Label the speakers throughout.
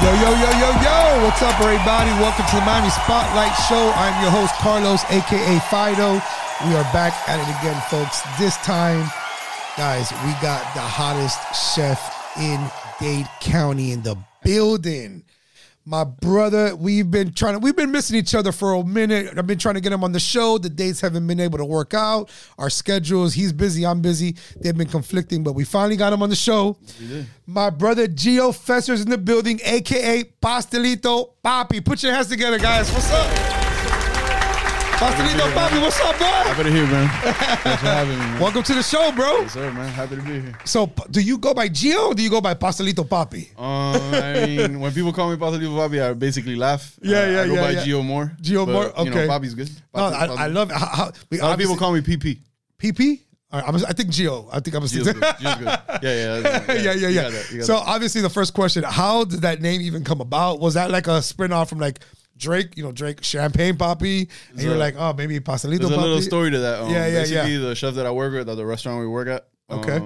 Speaker 1: Yo, yo, yo, yo, yo. What's up, everybody? Welcome to the Miami Spotlight Show. I'm your host, Carlos, aka Fido. We are back at it again, folks. This time, guys, we got the hottest chef in Dade County in the building. My brother, we've been trying to, we've been missing each other for a minute. I've been trying to get him on the show. The dates haven't been able to work out. Our schedules, he's busy, I'm busy. They've been conflicting, but we finally got him on the show. My brother Gio Fesser's in the building, aka Pastelito Papi. Put your hands together, guys. What's up? Pastelito Papi, what's up, boy?
Speaker 2: Happy to hear, man. Thanks for having me, man.
Speaker 1: Welcome to the show, bro.
Speaker 2: Yes, sir, man. Happy to be here.
Speaker 1: So, p- do you go by Gio or do you go by Pastelito Papi?
Speaker 2: Um, I mean, when people call me Papi Papi, I basically laugh.
Speaker 1: Yeah,
Speaker 2: Uh,
Speaker 1: yeah,
Speaker 2: I go
Speaker 1: yeah,
Speaker 2: by
Speaker 1: yeah.
Speaker 2: Gio Moore.
Speaker 1: Gio
Speaker 2: but,
Speaker 1: Moore,
Speaker 2: You
Speaker 1: okay.
Speaker 2: know, Papi's good.
Speaker 1: No,
Speaker 2: Papi-
Speaker 1: I,
Speaker 2: Papi.
Speaker 1: I love it. How, how,
Speaker 2: A lot of people call me PP.
Speaker 1: PP. All right, I'm, I think Gio. I think I'm
Speaker 2: Gio's good. Gio's good. Yeah, yeah, that's
Speaker 1: yeah,
Speaker 2: right.
Speaker 1: yeah, yeah.
Speaker 2: You got that, you got
Speaker 1: So
Speaker 2: that.
Speaker 1: obviously, the first question: How did that name even come about? Was that like a spin off from like Drake? You know, Drake Champagne Poppy, and you're
Speaker 2: a-
Speaker 1: like, oh, maybe Pasolito
Speaker 2: There's a
Speaker 1: Poppy.
Speaker 2: little story to that. Um,
Speaker 1: Yeah, yeah,
Speaker 2: basically, the chef that I work with at the restaurant we work at.
Speaker 1: Okay.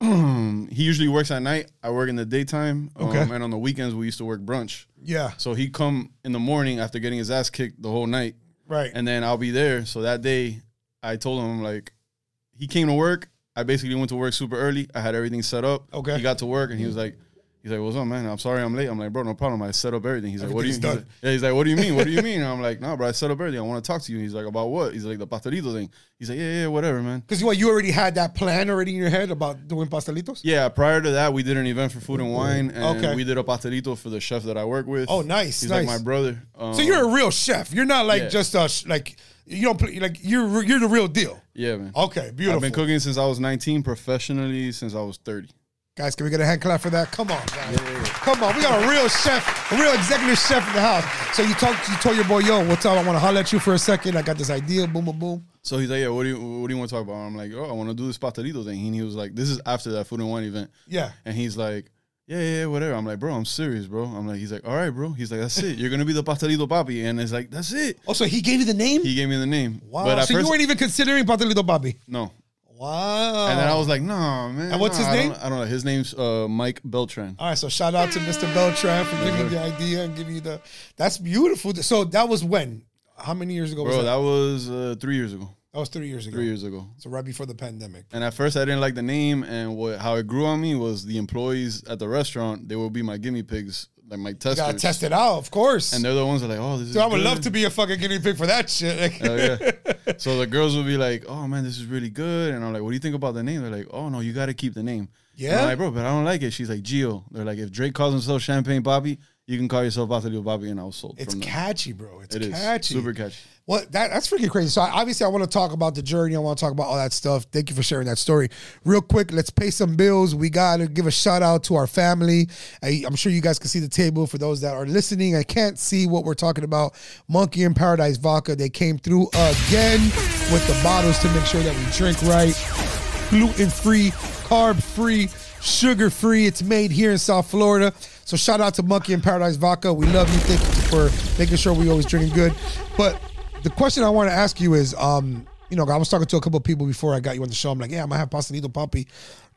Speaker 2: um, he usually works at night. I work in the daytime. Um,
Speaker 1: Okay.
Speaker 2: And on the weekends, we used to work brunch.
Speaker 1: Yeah,
Speaker 2: So he'd come in the morning after getting his ass kicked the whole night.
Speaker 1: right.
Speaker 2: and then I'll be there. So that day, I told him like, he came to work. I basically went to work super early. I had everything set up.
Speaker 1: Okay.
Speaker 2: He got to work and he was like, he's like, what's up, man? I'm sorry I'm late. I'm like, bro, no problem. I set up everything. He's like, what do you mean?
Speaker 1: Everything's
Speaker 2: He's like- yeah, he's like, what do you mean? What do you mean? And I'm like, no, bro, I set up everything. I want to talk to you. And he's like, about what? He's like, the pastelito thing. He's like, yeah, yeah, whatever, man.
Speaker 1: Because what you already had that plan already in your head about doing pastelitos.
Speaker 2: Yeah, prior to that, we did an event for food and wine, and
Speaker 1: Okay.
Speaker 2: we did a pastelito for the chef that I work with.
Speaker 1: Oh, nice,
Speaker 2: He's
Speaker 1: nice.
Speaker 2: like my brother. Um,
Speaker 1: So you're a real chef. You're not like
Speaker 2: Yeah.
Speaker 1: just a sh- like you don't play, like you're re- you're the real deal.
Speaker 2: yeah, man.
Speaker 1: Okay, beautiful.
Speaker 2: I've been cooking since I was 19, professionally since I was 30.
Speaker 1: Guys, can we get a hand clap for that? Come on, guys. Come on. We got a real chef, a real executive chef in the house. So you talk, you told your boy, yo, what's up? I want to holler at you for a second. I got this idea. Boom, boom, boom.
Speaker 2: So he's like, yeah, what do you what do you want to talk about? I'm like, oh, I want to do this pastelito thing. And he was like, this is after that food and wine event.
Speaker 1: Yeah.
Speaker 2: And he's like, yeah, yeah, yeah, whatever. I'm like, bro, I'm serious, bro. I'm like, he's like, all right, bro. He's like, that's it. You're gonna be the pastelito papi. And it's like, that's it.
Speaker 1: Oh, so he gave you the name?
Speaker 2: He gave me the name.
Speaker 1: wow.
Speaker 2: But at
Speaker 1: so
Speaker 2: first,
Speaker 1: you weren't even considering Patelito Bobby.
Speaker 2: no.
Speaker 1: Wow.
Speaker 2: And then I was like, nah, man.
Speaker 1: And what's
Speaker 2: nah,
Speaker 1: his
Speaker 2: I
Speaker 1: name? Oh,
Speaker 2: don't- I don't know. His name's uh, Mike Beltran.
Speaker 1: All right, so shout out to Mr. Beltran for giving you the idea and giving you the. That's beautiful. So that was when? How many years ago was
Speaker 2: Bro,
Speaker 1: that?
Speaker 2: that was uh, three years ago.
Speaker 1: That was three years ago.
Speaker 2: Three years ago.
Speaker 1: So right before the pandemic.
Speaker 2: And at first, I didn't like the name, and what how it grew on me was the employees at the restaurant. They would be my guinea pigs, like my
Speaker 1: You gotta
Speaker 2: testers.
Speaker 1: test it out, of course.
Speaker 2: And they're the ones that are like, oh, this is.
Speaker 1: Dude, I would
Speaker 2: good.
Speaker 1: love to be a fucking guinea pig for that shit. Like,
Speaker 2: Oh, yeah. So the girls would be like, "Oh man, this is really good," and I'm like, "What do you think about the name?" They're like, "Oh no, you got to keep the name." And
Speaker 1: Yeah?
Speaker 2: I'm like, bro, but I don't like it. She's like, "Geo." They're like, "If Drake calls himself Champagne Bobby, you can call yourself Batalio Bobby," and I was sold.
Speaker 1: It's
Speaker 2: from there.
Speaker 1: catchy, bro. It's
Speaker 2: It is
Speaker 1: catchy.
Speaker 2: super catchy.
Speaker 1: Well, that, that's freaking crazy. So I- obviously, I want to talk about the journey. I want to talk about all that stuff. Thank you for sharing that story. Real quick, let's pay some bills. We gotta give a shout out to our family. I, I'm sure you guys can see the table for those that are listening. I can't see what we're talking about. Monkey in Paradise Vodka. They came through again with the bottles to make sure that we drink right gluten free, carb free, sugar free. It's made here in South Florida. So shout out to Monkey and Paradise Vodka. We love you. Thank you for making sure we always drinking good. But the question I want to ask you is, um, you know, I was talking to a couple of people before I got you on the show. I'm like, yeah, I'm gonna have Pasadito Poppy.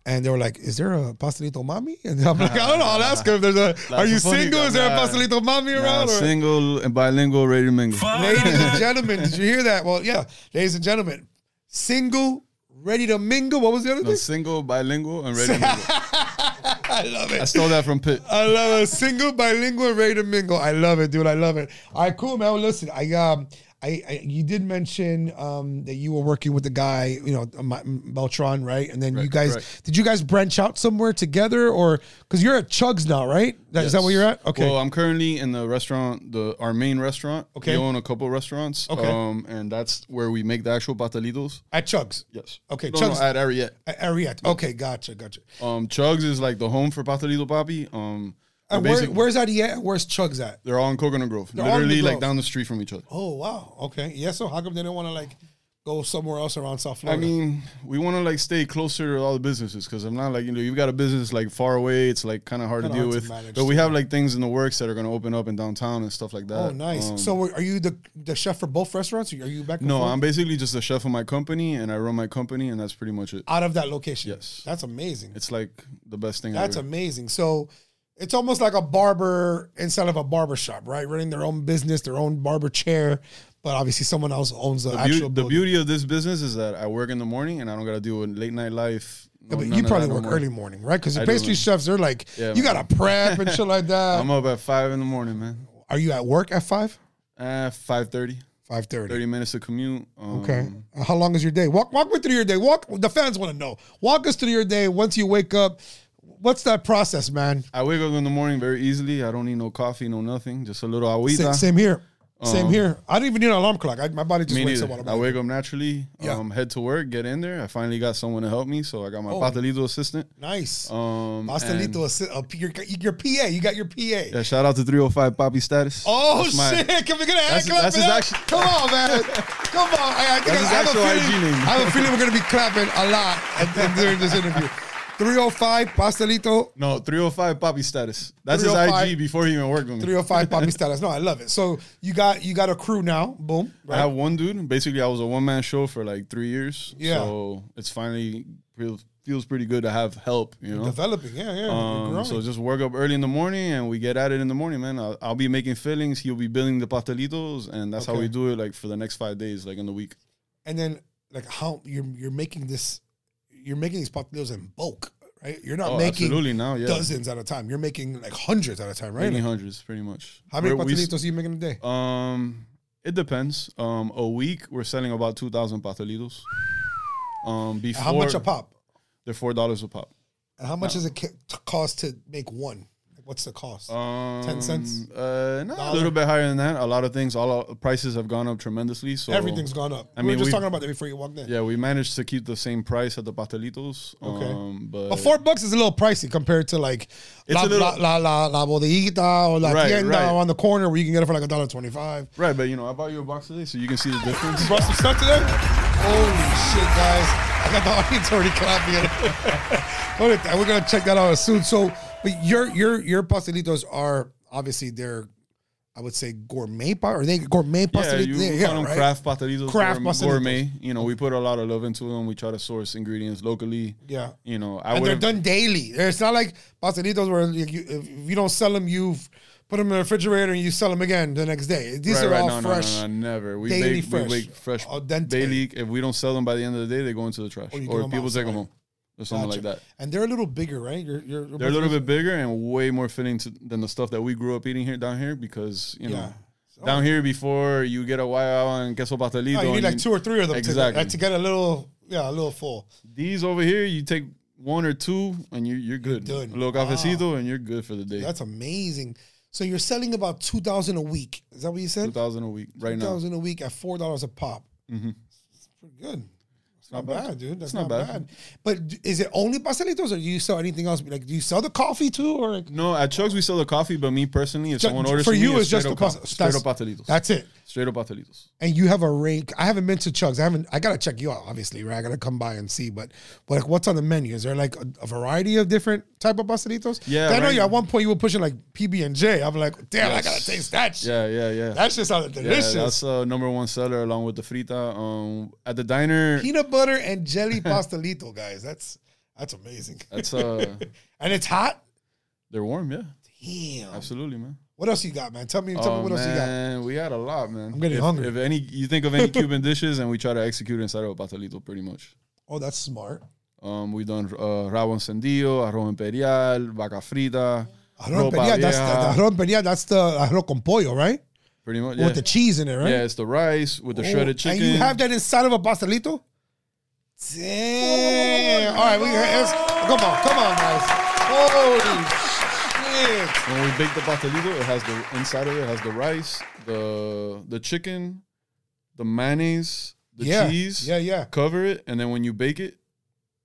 Speaker 1: And they were like, "Is there a pastelito mommy?" And I'm like, "I don't know. I'll ask her if there's a.
Speaker 2: La
Speaker 1: are you
Speaker 2: sinfónica,
Speaker 1: single? Is there a
Speaker 2: nah.
Speaker 1: pastelito mommy
Speaker 2: Nah,
Speaker 1: around?" or-
Speaker 2: single and bilingual, ready to mingle.
Speaker 1: ladies and gentlemen, did you hear that? Well, yeah, ladies and gentlemen, single, ready to mingle. What was the other
Speaker 2: No,
Speaker 1: thing?
Speaker 2: single, bilingual, and ready to mingle.
Speaker 1: I love
Speaker 2: I
Speaker 1: it. Uh,
Speaker 2: stole that from Pitt.
Speaker 1: I love it. Single, bilingual, ready to mingle. I love it, dude. I love it. All right, cool, man. Well, listen, I um, I, I you did mention um that you were working with the guy, you know, Ma- Beltran, right? And then you
Speaker 2: Right,
Speaker 1: guys,
Speaker 2: correct.
Speaker 1: did you guys branch out somewhere together, or because you're at Chugs now, right? That, Is that where you're at? Okay.
Speaker 2: Well, I'm currently in the restaurant, the our main restaurant.
Speaker 1: Okay.
Speaker 2: We own a couple restaurants.
Speaker 1: Okay.
Speaker 2: Um, and that's where we make the actual patalitos.
Speaker 1: at Chugs.
Speaker 2: Yes.
Speaker 1: Okay,
Speaker 2: No,
Speaker 1: Chugs-
Speaker 2: no, at Ariette.
Speaker 1: At Ariat. Okay, gotcha, gotcha.
Speaker 2: Um, Chugs is like the home for patalito papi. Um,
Speaker 1: And where,
Speaker 2: basically-
Speaker 1: where's that at? Where's Chugs at?
Speaker 2: they're all in Coconut Grove.
Speaker 1: all in the
Speaker 2: Literally, like
Speaker 1: Grove.
Speaker 2: down the street from each other.
Speaker 1: Oh wow. Okay. Yeah. So how come they don't want to like go somewhere else around South
Speaker 2: I
Speaker 1: Florida?
Speaker 2: mean, we want to like stay closer to all the businesses because I'm not like you know you've got a business like far away. It's like kind of hard
Speaker 1: Kinda
Speaker 2: to deal
Speaker 1: hard to
Speaker 2: with.
Speaker 1: manage,
Speaker 2: but we have like things in the works that are going to open up in downtown and stuff like that.
Speaker 1: oh nice.
Speaker 2: Um,
Speaker 1: so were- are you the the chef for both restaurants? Are you back? and
Speaker 2: no,
Speaker 1: forth?
Speaker 2: I'm basically just a chef of my company and I run my company and that's pretty much it.
Speaker 1: out of that location.
Speaker 2: Yes.
Speaker 1: That's amazing.
Speaker 2: It's like the best thing.
Speaker 1: That's
Speaker 2: ever.
Speaker 1: amazing. So. It's almost like a barber inside of a barber shop, right? Running their own business, their own barber chair, but obviously someone else owns the,
Speaker 2: The,
Speaker 1: actual.
Speaker 2: beauty, the
Speaker 1: building.
Speaker 2: beauty of this business is that I work in the morning and I don't got to deal with late night life.
Speaker 1: Yeah,
Speaker 2: no-
Speaker 1: but
Speaker 2: none
Speaker 1: you
Speaker 2: of
Speaker 1: probably
Speaker 2: that no
Speaker 1: work
Speaker 2: more.
Speaker 1: early morning, right? Because the
Speaker 2: I do,
Speaker 1: pastry
Speaker 2: man.
Speaker 1: chefs, they're like,
Speaker 2: Yeah,
Speaker 1: you
Speaker 2: man.
Speaker 1: got to prep and shit like that.
Speaker 2: I'm up at five in the morning, man.
Speaker 1: Are you at work at five?
Speaker 2: Uh, five thirty.
Speaker 1: Five thirty.
Speaker 2: Thirty minutes to commute. Um,
Speaker 1: Okay. Uh, How long is your day? Walk walk me through your day. Walk the fans want to know. Walk us through your day once you wake up. What's that process, man?
Speaker 2: I wake up in the morning very easily. I don't need no coffee, no nothing. Just a little
Speaker 1: Sa-
Speaker 2: agüita.
Speaker 1: same here. Same here. I don't even need an alarm clock. I, my body just
Speaker 2: Um, Me
Speaker 1: wakes up
Speaker 2: neither.
Speaker 1: on
Speaker 2: I wake up naturally.
Speaker 1: Yeah.
Speaker 2: Um, head to work. Get in there. I finally got someone to help me, so I got my
Speaker 1: Oh.
Speaker 2: pastelito assistant.
Speaker 1: Nice.
Speaker 2: Um, and-
Speaker 1: Pastelito, assi- uh, your, your PA. You got your PA.
Speaker 2: Yeah, shout out to 305 Poppy Status.
Speaker 1: Oh
Speaker 2: That's my-
Speaker 1: shit! Can we get an hand
Speaker 2: That's-
Speaker 1: clap
Speaker 2: that's
Speaker 1: for
Speaker 2: his
Speaker 1: that?
Speaker 2: actu-
Speaker 1: Come on, man! Come on! I, I think
Speaker 2: That's
Speaker 1: I, have
Speaker 2: his
Speaker 1: a
Speaker 2: actual
Speaker 1: feeling,
Speaker 2: IG name.
Speaker 1: I have a feeling we're gonna be clapping a lot at- at- during this interview. Three hundred five pastelito,
Speaker 2: No, 305 Poppy Status. That's his
Speaker 1: 305
Speaker 2: IG before he even worked with me.
Speaker 1: three hundred five papistalas. No, I love it. So you got you got a crew now. Boom.
Speaker 2: I have one dude. Basically, I was a one man show for like three years.
Speaker 1: Yeah.
Speaker 2: So it's finally feels, feels pretty good to have help, you know?
Speaker 1: Developing. Yeah, yeah. You're
Speaker 2: Um,
Speaker 1: growing.
Speaker 2: so just work up early in the morning and we get at it in the morning, man. I'll, I'll be making fillings. He'll be building the pastelitos. And that's
Speaker 1: Okay.
Speaker 2: how we do it like for the next five days, like in the week.
Speaker 1: and then like how you're you're making this, you're making these papitas in bulk, right? You're not
Speaker 2: Oh,
Speaker 1: making
Speaker 2: absolutely now. Yeah.
Speaker 1: dozens at a time. You're making like hundreds at a time, right?
Speaker 2: Many hundreds, pretty much.
Speaker 1: how many
Speaker 2: We're- we s-
Speaker 1: pastelitos are you making a day?
Speaker 2: Um, it depends. Um, a week we're selling about two thousand pastelitos. Um, before
Speaker 1: How much a pop?
Speaker 2: They're four dollars a pop.
Speaker 1: And how much does it ca- t- cost to make one? Like, What's the cost?
Speaker 2: Um,
Speaker 1: cents?
Speaker 2: Uh, no,
Speaker 1: Dollar?
Speaker 2: a little bit higher than that. A lot of things, all our prices have gone up tremendously. So
Speaker 1: Everything's gone up.
Speaker 2: I
Speaker 1: we
Speaker 2: mean,
Speaker 1: were just
Speaker 2: we've-
Speaker 1: talking about that before you walked in.
Speaker 2: Yeah, we managed to keep the same price at the pastelitos.
Speaker 1: Okay.
Speaker 2: Um, but
Speaker 1: But four bucks is a little pricey compared to like la,
Speaker 2: a little-
Speaker 1: la, la, la, la bodeguita or la
Speaker 2: Right,
Speaker 1: tienda
Speaker 2: right.
Speaker 1: on the corner where you can get it for like a dollar twenty-five.
Speaker 2: right, but you know, I bought you a box today, so you can see the difference.
Speaker 1: Brought some stuff today. Holy shit, guys! I got the audience already clapping. Hold it. We're gonna check that out soon. So, but your your your pastelitos are obviously they're, I would say gourmet. pa- Are they gourmet
Speaker 2: Yeah,
Speaker 1: pastelitos?
Speaker 2: you we call them
Speaker 1: right?
Speaker 2: craft pastelitos,
Speaker 1: Craft
Speaker 2: gourm-
Speaker 1: pastelitos.
Speaker 2: gourmet. You know, we put a lot of love into them. We try to source ingredients locally.
Speaker 1: Yeah.
Speaker 2: you know, I
Speaker 1: and
Speaker 2: would
Speaker 1: they're done daily. It's not like pastelitos where like, you, if you don't sell them, you put them in the refrigerator and you sell them again the next day. These
Speaker 2: Right,
Speaker 1: are
Speaker 2: right.
Speaker 1: all
Speaker 2: no, no,
Speaker 1: fresh.
Speaker 2: No, no, never. We
Speaker 1: daily
Speaker 2: bake,
Speaker 1: fresh,
Speaker 2: We bake fresh.
Speaker 1: al dente.
Speaker 2: Daily. If we don't sell them by the end of the day, they go into the trash,
Speaker 1: you give
Speaker 2: or
Speaker 1: them
Speaker 2: people take
Speaker 1: outside.
Speaker 2: them home, or something
Speaker 1: Gotcha.
Speaker 2: like that.
Speaker 1: And they're a little bigger, right? You're, you're,
Speaker 2: They're a little bit bigger and way more fitting to, than the stuff that we grew up eating here down here because you
Speaker 1: Yeah.
Speaker 2: know down here before you get a guayaba and queso pastelito,
Speaker 1: No, Oh, you need
Speaker 2: and
Speaker 1: like two or three of them to,
Speaker 2: Exactly.
Speaker 1: like, to get a little, yeah, a little full.
Speaker 2: these over here you take one or two and you you're good.
Speaker 1: You're done.
Speaker 2: A little cafecito and you're good for the day.
Speaker 1: That's amazing. So you're selling about two thousand a week. Is that what you
Speaker 2: two
Speaker 1: said?
Speaker 2: thousand a week right
Speaker 1: Two
Speaker 2: now.
Speaker 1: thousand a week at four dollars a pop. Mm-hmm. It's pretty good. It's not, bad. dude. That's
Speaker 2: not
Speaker 1: not, bad.
Speaker 2: bad.
Speaker 1: But d- is it only pastelitos, or do you sell anything else? Like, do you sell the coffee too, or like,
Speaker 2: No, at Chuck's we sell the coffee, but me personally, if
Speaker 1: Ju-
Speaker 2: someone orders
Speaker 1: for
Speaker 2: from
Speaker 1: you,
Speaker 2: me,
Speaker 1: it's just
Speaker 2: straight
Speaker 1: the
Speaker 2: up
Speaker 1: pas-
Speaker 2: pa- straight
Speaker 1: that's-
Speaker 2: up pastelitos.
Speaker 1: that's it?
Speaker 2: straight up pastelitos.
Speaker 1: and you have a rank. I haven't been to Chugs. I haven't. I gotta check you out, obviously. Right, I gotta come by and see. But, but like, what's on the menu? Is there like a, a variety of different type of pastelitos?
Speaker 2: Yeah,
Speaker 1: I know
Speaker 2: right.
Speaker 1: you. At one point, you were pushing like PB and J. I'm like, damn, I gotta
Speaker 2: Yes.
Speaker 1: taste that. Shit.
Speaker 2: Yeah, yeah, yeah.
Speaker 1: That shit sounded
Speaker 2: Yeah,
Speaker 1: delicious.
Speaker 2: that's uh, number one seller along with the frita. Um, at the diner,
Speaker 1: Peanut butter and jelly pastelito, guys. That's That's amazing.
Speaker 2: That's uh,
Speaker 1: And it's hot.
Speaker 2: they're warm. Yeah,
Speaker 1: Damn.
Speaker 2: absolutely, man.
Speaker 1: What else you got, man? Tell me, tell
Speaker 2: Oh,
Speaker 1: me what else you got.
Speaker 2: else we got a lot, man.
Speaker 1: I'm getting
Speaker 2: if,
Speaker 1: hungry.
Speaker 2: If any, you think of any Cuban dishes, and we try to execute inside of a pastelito, pretty much.
Speaker 1: Oh, that's smart.
Speaker 2: Um, we done uh, rabo encendido, arroz imperial, vaca frita,
Speaker 1: Arroz
Speaker 2: ropa
Speaker 1: peria, that's
Speaker 2: vieja,
Speaker 1: the, the arroz peria, that's the arroz con pollo, right?
Speaker 2: pretty much. Yeah.
Speaker 1: With the cheese in it, right?
Speaker 2: yeah, it's the rice with the shredded
Speaker 1: Oh,
Speaker 2: chicken.
Speaker 1: And you have that inside of a pastelito? Damn. All right, we let's, come on, come on, guys. Holy shit.
Speaker 2: When we bake the pastelito, it has the inside of it has the rice, the the chicken, the mayonnaise, the
Speaker 1: yeah.
Speaker 2: cheese.
Speaker 1: Yeah, yeah.
Speaker 2: Cover it, and then when you bake it,